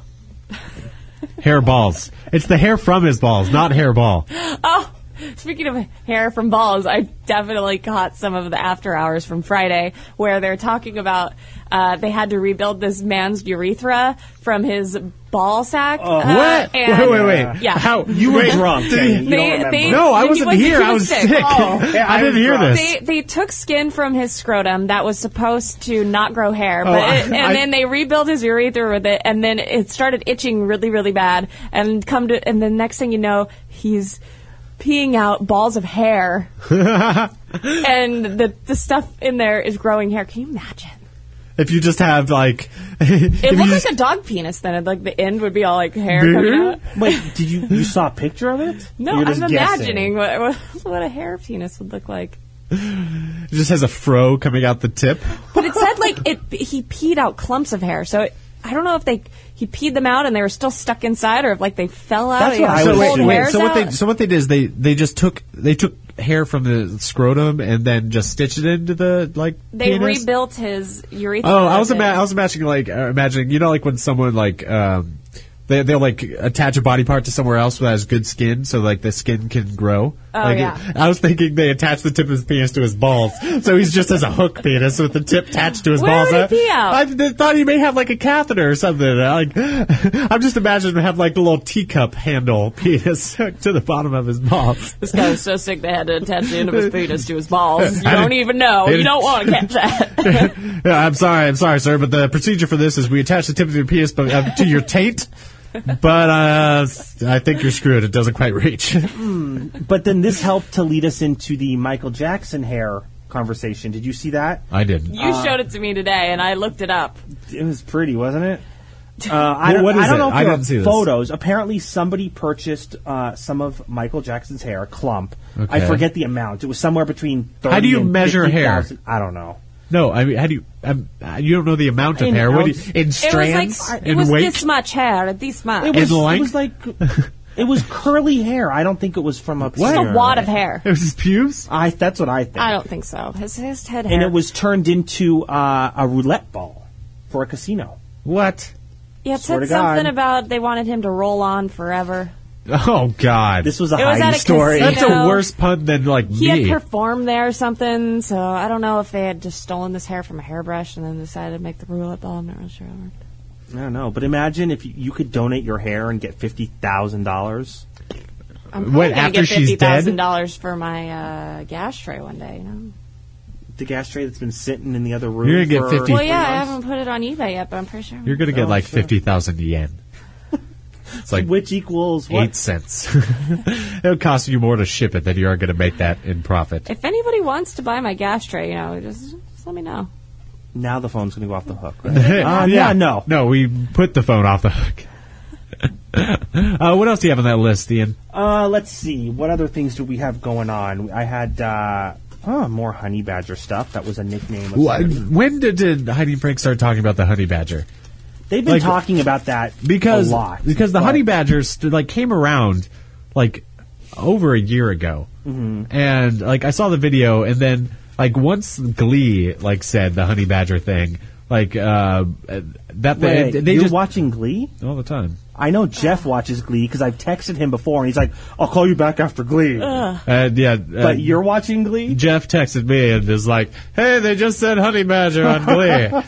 Hair balls. It's the hair from his balls, not hair ball. Oh, speaking of hair from balls, I definitely caught some of the after hours from Friday where they're talking about uh, they had to rebuild this man's urethra from his ball sack. uh, what? and- uh, wait, wait, wait. Yeah. How you were drunk, Did Jenny. he- You don't remember. No, I when you wasn't went- here. you I were was sick. sick. Oh. Yeah, I I didn't was hear drunk. this. They, they took skin from his scrotum that was supposed to not grow hair, but Oh, I- it, and I- then they rebuilt his urethra with it, and then it started itching really, really bad, and come to, and the next thing you know, he's peeing out balls of hair, and the the stuff in there is growing hair. Can you imagine? if you just have like, if It you looked just- like a dog penis. Then, like the end would be all like hair coming out. Wait, did you you saw a picture of it? No, You're I'm just imagining guessing. what, what what a hair penis would look like. it just has a fro coming out the tip. But it said like it he peed out clumps of hair, so it, I don't know if they he peed them out and they were still stuck inside, or if like they fell out. That's and he what I pulled was so wait, thinking. wait, hairs so what out. they so what they did is they they just took they took hair from the scrotum and then just stitched it into the like They penis? rebuilt his urethra. Oh, I was with ima- it. I was imagining like uh, imagining you know like when someone like um they they'll like attach a body part to somewhere else that has good skin so like the skin can grow. Oh, like, yeah. I was thinking they attach the tip of his penis to his balls, so he's just has a hook penis with the tip attached to his Where balls. would he I- pee out? I, th- thought he may have like a catheter or something. I, Like I'm just imagining him have like the little teacup handle penis hooked to the bottom of his balls. This guy was so sick they had to attach the end of his penis to his balls. You I don't didn't- even know. it- You don't want to catch that. Yeah, I'm sorry, I'm sorry, sir, but the procedure for this is we attach the tip of your penis but, uh, to your taint. But uh, I think you're screwed. It doesn't quite reach. But then this helped to lead us into the Michael Jackson hair conversation. Did you see that? I didn't. Uh. You showed it to me today, and I looked it up. It was pretty, wasn't it? Uh, I don't, what is I don't it? know if I there didn't are see this. photos. Apparently, somebody purchased uh, some of Michael Jackson's hair, a clump. I Okay. forget the amount. It was somewhere between. 30 How do you and measure hair? 50,000. I don't know. No, I mean, how do you? Um, uh, you don't know the amount of In hair. What do ounce- you, in It strands? was like uh, it in was weight? this much hair, this much. It In was, length? It was like it was curly hair. I don't think it was from a. just a wad of hair. It was his pubes. I that's what I think. I don't think so. His, his head hair. and it was turned into uh, a roulette ball for a casino. What? yeah, it swear said to God. something about they wanted him to roll on forever. Oh God! This was a It was Heidi at a story. casino. That's a worse pun than like He me. had performed there or something, so I don't know if they had just stolen this hair from a hairbrush and then decided to make the roulette ball. I'm not really sure. I don't know, but imagine if you, you could donate your hair and get fifty thousand dollars. I'm probably What, gonna after get she's fifty dead? thousand dollars for my uh, gas tray one day. You know? The gas tray that's been sitting in the other room. You're gonna get for 50. Well, yeah, I months. haven't put it on eBay yet, but I'm pretty sure. I'm You're gonna get Oh, like sure. fifty thousand yen. It's like which equals eight what? cents. It'll cost you more to ship it than you are gonna make that in profit. If anybody wants to buy my gas tray, you know, just, just let me know. Now the phone's gonna go off the hook. Right? Uh, yeah, no. No, we put the phone off the hook. uh, what else do you have on that list, Ian? Uh, let's see. What other things do we have going on? I had uh, oh, more honey badger stuff. That was a nickname. Of somebody. Uh, When did, did Heidi and Frank start talking about the honey badger? They've been like- talking about that Because a lot. because the but- honey badger st- like came around like over a year ago, and like I saw the video, and then like once Glee like said the honey badger thing, like uh, that Wait, they, they you're just watching Glee. all the time. I know Jeff watches Glee because I've texted him before, and he's like, "I'll call you back after Glee." Uh, yeah, uh, But you're watching Glee. Jeff texted me and is like, "Hey, they just said Honey Badger on Glee."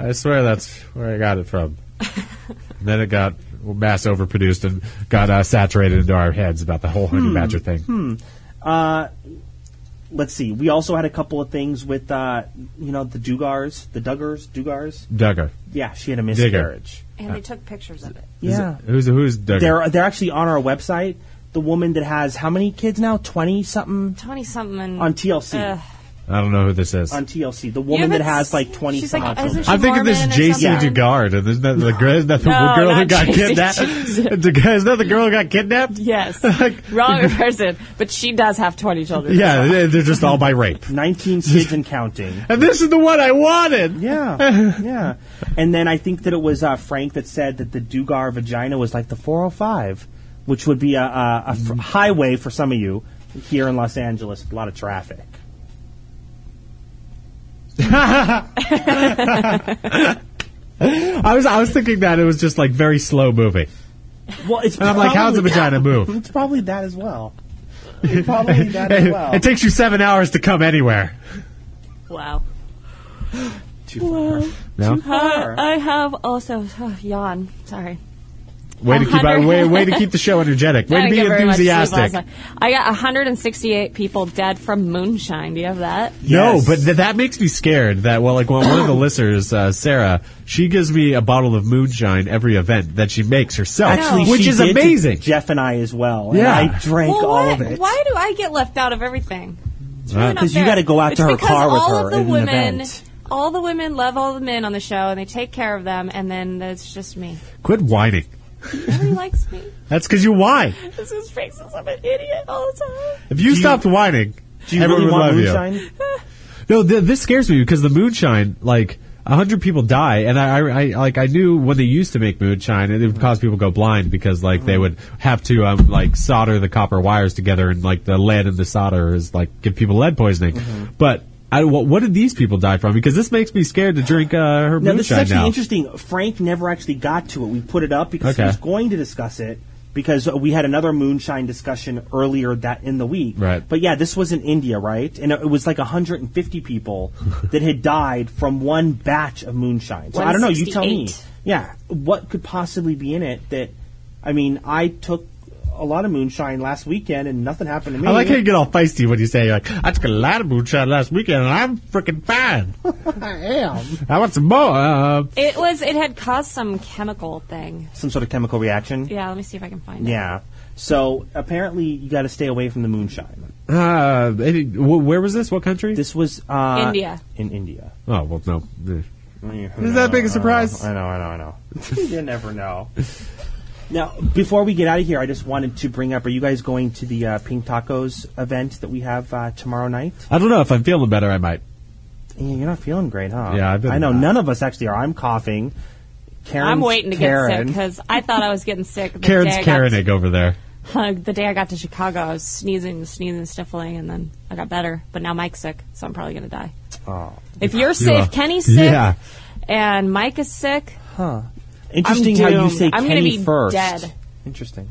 I swear that's where I got it from. And then it got mass overproduced and got uh, saturated into our heads about the whole Hmm. Honey Badger thing. Let's see. We also had a couple of things with, uh, you know, the Dugars, the Duggars, Dugars. Duggar, Yeah, she had a miscarriage. And they took pictures of it. Is Yeah, it- who's who's Duggar? they're they're actually on our website. The woman that has how many kids now? Twenty something Twenty something and uh, on TLC. Ugh. I don't know who this is. on TLC, the You woman that haven't has s- like twenty She's something. like, isn't she I'm thinking this Mormon or JC something? Dugard, and isn't that the, gr- isn't that the No, girl who not got JC. kidnapped? the, guy- isn't that the girl who got kidnapped? Yes, Like- wrong person. But she does have twenty children. Yeah, they- they're just all by rape. Nineteen kids and counting. And this is the one I wanted. Yeah, yeah. And then I think that it was uh, Frank that said that the Dugar vagina was like the 405, which would be a, a, a Mm. f- highway for some of you here in Los Angeles. A lot of traffic. I was I was thinking that it was just like very slow moving. Well, it's And I'm like, how's the probably vagina move? It's probably that as well. It's probably that as well. It takes you seven hours to come anywhere. Wow. No, Uh, I have also oh, yawn. Sorry. way to keep Hunter- out, way way to keep the show energetic. Way I to be didn't get very much sleep enthusiastic. last night. I got 168 people dead from moonshine. Do you have that? No, Yes. but th- that makes me scared. That well, like one one of the listeners, uh, Sarah, she gives me a bottle of moonshine every event that she makes herself, Actually, which she is did to amazing. Jeff and I as well. Yeah. and I drank well, all what- of it. Why do I get left out of everything? It's Uh, really not 'Cause you fair. gotta go out It's to her because car with all her of the at an women, event. All the women love all the men on the show, and they take care of them, and then it's just me. Quit whining. Nobody likes me. That's because you whine. This is fake since I'm an idiot all the time. If you stopped whining, Do you everyone really would want love you. moonshine? No, th- this scares me because the moonshine, like, hundred people die, and I, I, I, like, I knew when they used to make moonshine, it would cause people to go blind because, like, they would have to, um, like, solder the copper wires together, and like the lead in the solder is like give people lead poisoning. Mm-hmm. But I, what, what did these people die from? Because this makes me scared to drink uh, her Now, this is moonshine actually now. interesting. Frank never actually got to it. We put it up because Okay. he was going to discuss it because we had another moonshine discussion earlier that in the week. Right. But yeah, this was in India, right? And it was like 150 people that had died from one batch of moonshine. So I don't know. You tell me. 168. Yeah, what could possibly be in it? That I mean, I took a lot of moonshine last weekend and nothing happened to me. I like how you get all feisty when you say, like, I took a lot of moonshine last weekend, and I'm freaking fine. I am I want some more. Uh, It was. It had caused some chemical thing. some sort of chemical reaction. Yeah, let me see if I can find it. Yeah. So apparently, you got to stay away from the moonshine. uh, any- wh- where was this? What country? This was uh, India. In India. oh, well, no. Is that big a surprise? I know, I know, I know. you never know. Now, before we get out of here, I just wanted to bring up: Are you guys going to the uh, Pink Tacos event that we have uh, tomorrow night? I don't know. If I'm feeling better, I might. Yeah, you're not feeling great, huh? Yeah, I've been- I know none of us actually are. I'm coughing. Karen's I'm waiting to get sick Karen. because I thought I was getting sick. The Karen's day I got to- Karenig over there. the day I got to Chicago, I was sneezing, sneezing, sniffling, and then I got better. But now Mike's sick, so I'm probably gonna die. Oh. If you're sick, Yeah. if Kenny's sick, Yeah. and Mike is sick, Interesting I'm how you doomed. say I'm gonna Kenny be first. dead. Interesting.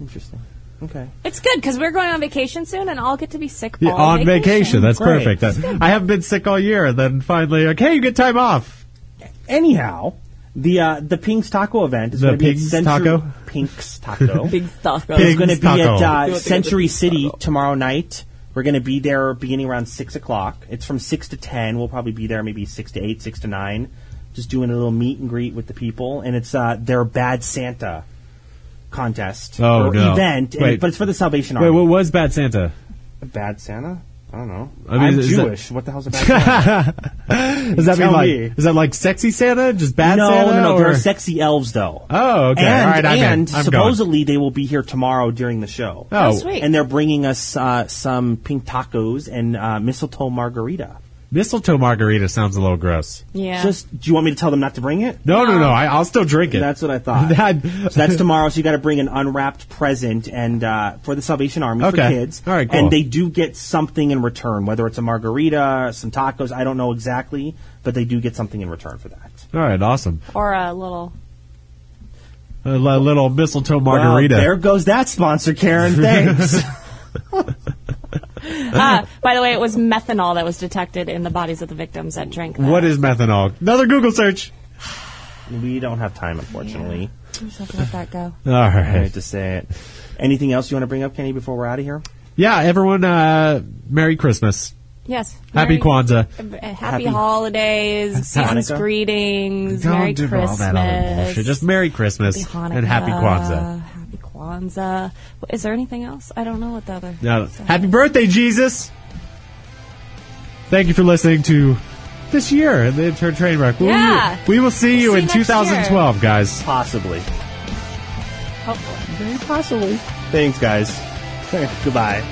Interesting. Okay. it's good because we're going on vacation soon, and I'll get to be sick Yeah, all on vacation. That's Great. perfect. That- I haven't been sick all year. and Then finally, like, hey, you get time off. Anyhow, the uh, the Pink's Taco event is The going to be at Pink's Century Taco? Pink's Taco. Big stuff. Big- It's going to be Taco. at Do uh, Century City tomorrow night. We're going to be there beginning around six o'clock. It's from six to ten. We'll probably be there maybe six to eight, six to nine, just doing a little meet and greet with the people. And it's uh, their Bad Santa contest Oh, or no. event, and- Wait. but it's for the Salvation Wait, Army. what was Bad Santa? Bad Santa? I don't know. I mean, am is that- Jewish. What the hell's a bad Santa? Does that mean Tell like me. is that like sexy Santa? Just bad no, Santa? no, no. There or- are sexy elves though. Oh, okay. And, All right, I'm in. and I'm supposedly they will be here tomorrow during the show. Going. Oh, Oh, sweet. And they're bringing us uh, some pink tacos and uh, mistletoe margarita. mistletoe margarita sounds a little gross. yeah. Just, do you want me to tell them not to bring it? No, no, no. I, I'll still drink it. That's what I thought. That- so that's tomorrow. So you got to bring an unwrapped present and uh, for the Salvation Army for Okay. kids. All right, cool. And they do get something in return, whether it's a margarita, some tacos. I don't know exactly, but they do get something in return for that. All right, awesome. or a little. A li- little mistletoe Well, margarita. there goes that sponsor, Karen. Thanks. Ah, by the way, it was methanol that was detected in the bodies of the victims that drank. That. what is methanol? Another Google search. we don't have time, unfortunately. I'm just have to let that go. All I right. hate to say it. Anything else you want to bring up, Kenny, before we're out of here? Yeah, everyone, uh, Merry Christmas. Yes. Happy Merry- Kwanzaa. Uh, Happy, Happy- holidays, season's Hanukkah. greetings, Merry Don't do all Christmas, that other bullshit. Just Merry Christmas Happy Hanukkah, and Happy Kwanzaa. Happy Kwanzaa. Well, Is there anything else? I don't know what the other. Now, happy birthday, Jesus! Thank you for listening to this year in the intern train wreck. We- Yeah. We, will see you We'll see in you next year. 2012, guys. Possibly. Hopefully. Very possibly. Thanks, guys. Goodbye.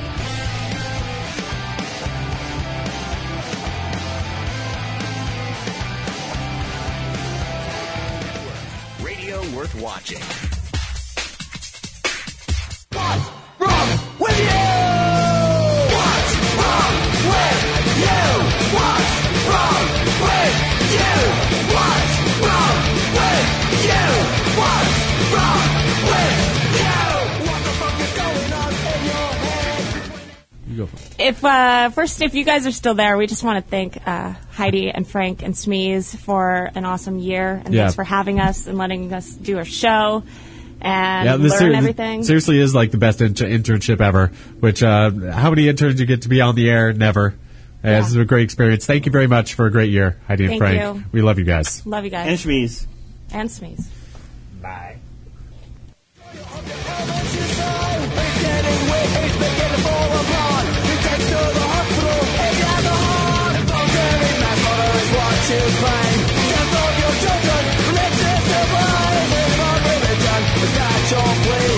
Radio worth watching. if uh, first, if you guys are still there, we just want to thank uh, Heidi and Frank and Smeeze for an awesome year, and Yeah. thanks for having us and letting us do our show and Yeah, learn this ser- everything. seriously is like the best in- internship ever. Which, uh, how many interns you get to be on the air? Never. Uh, This is a great experience. Thank you very much for a great year, Heidi and Thank Frank. you. We love you guys. Love you guys And Shmeez. and Smeeze. Bye. Let's just survive. It's not really done. It's not your place.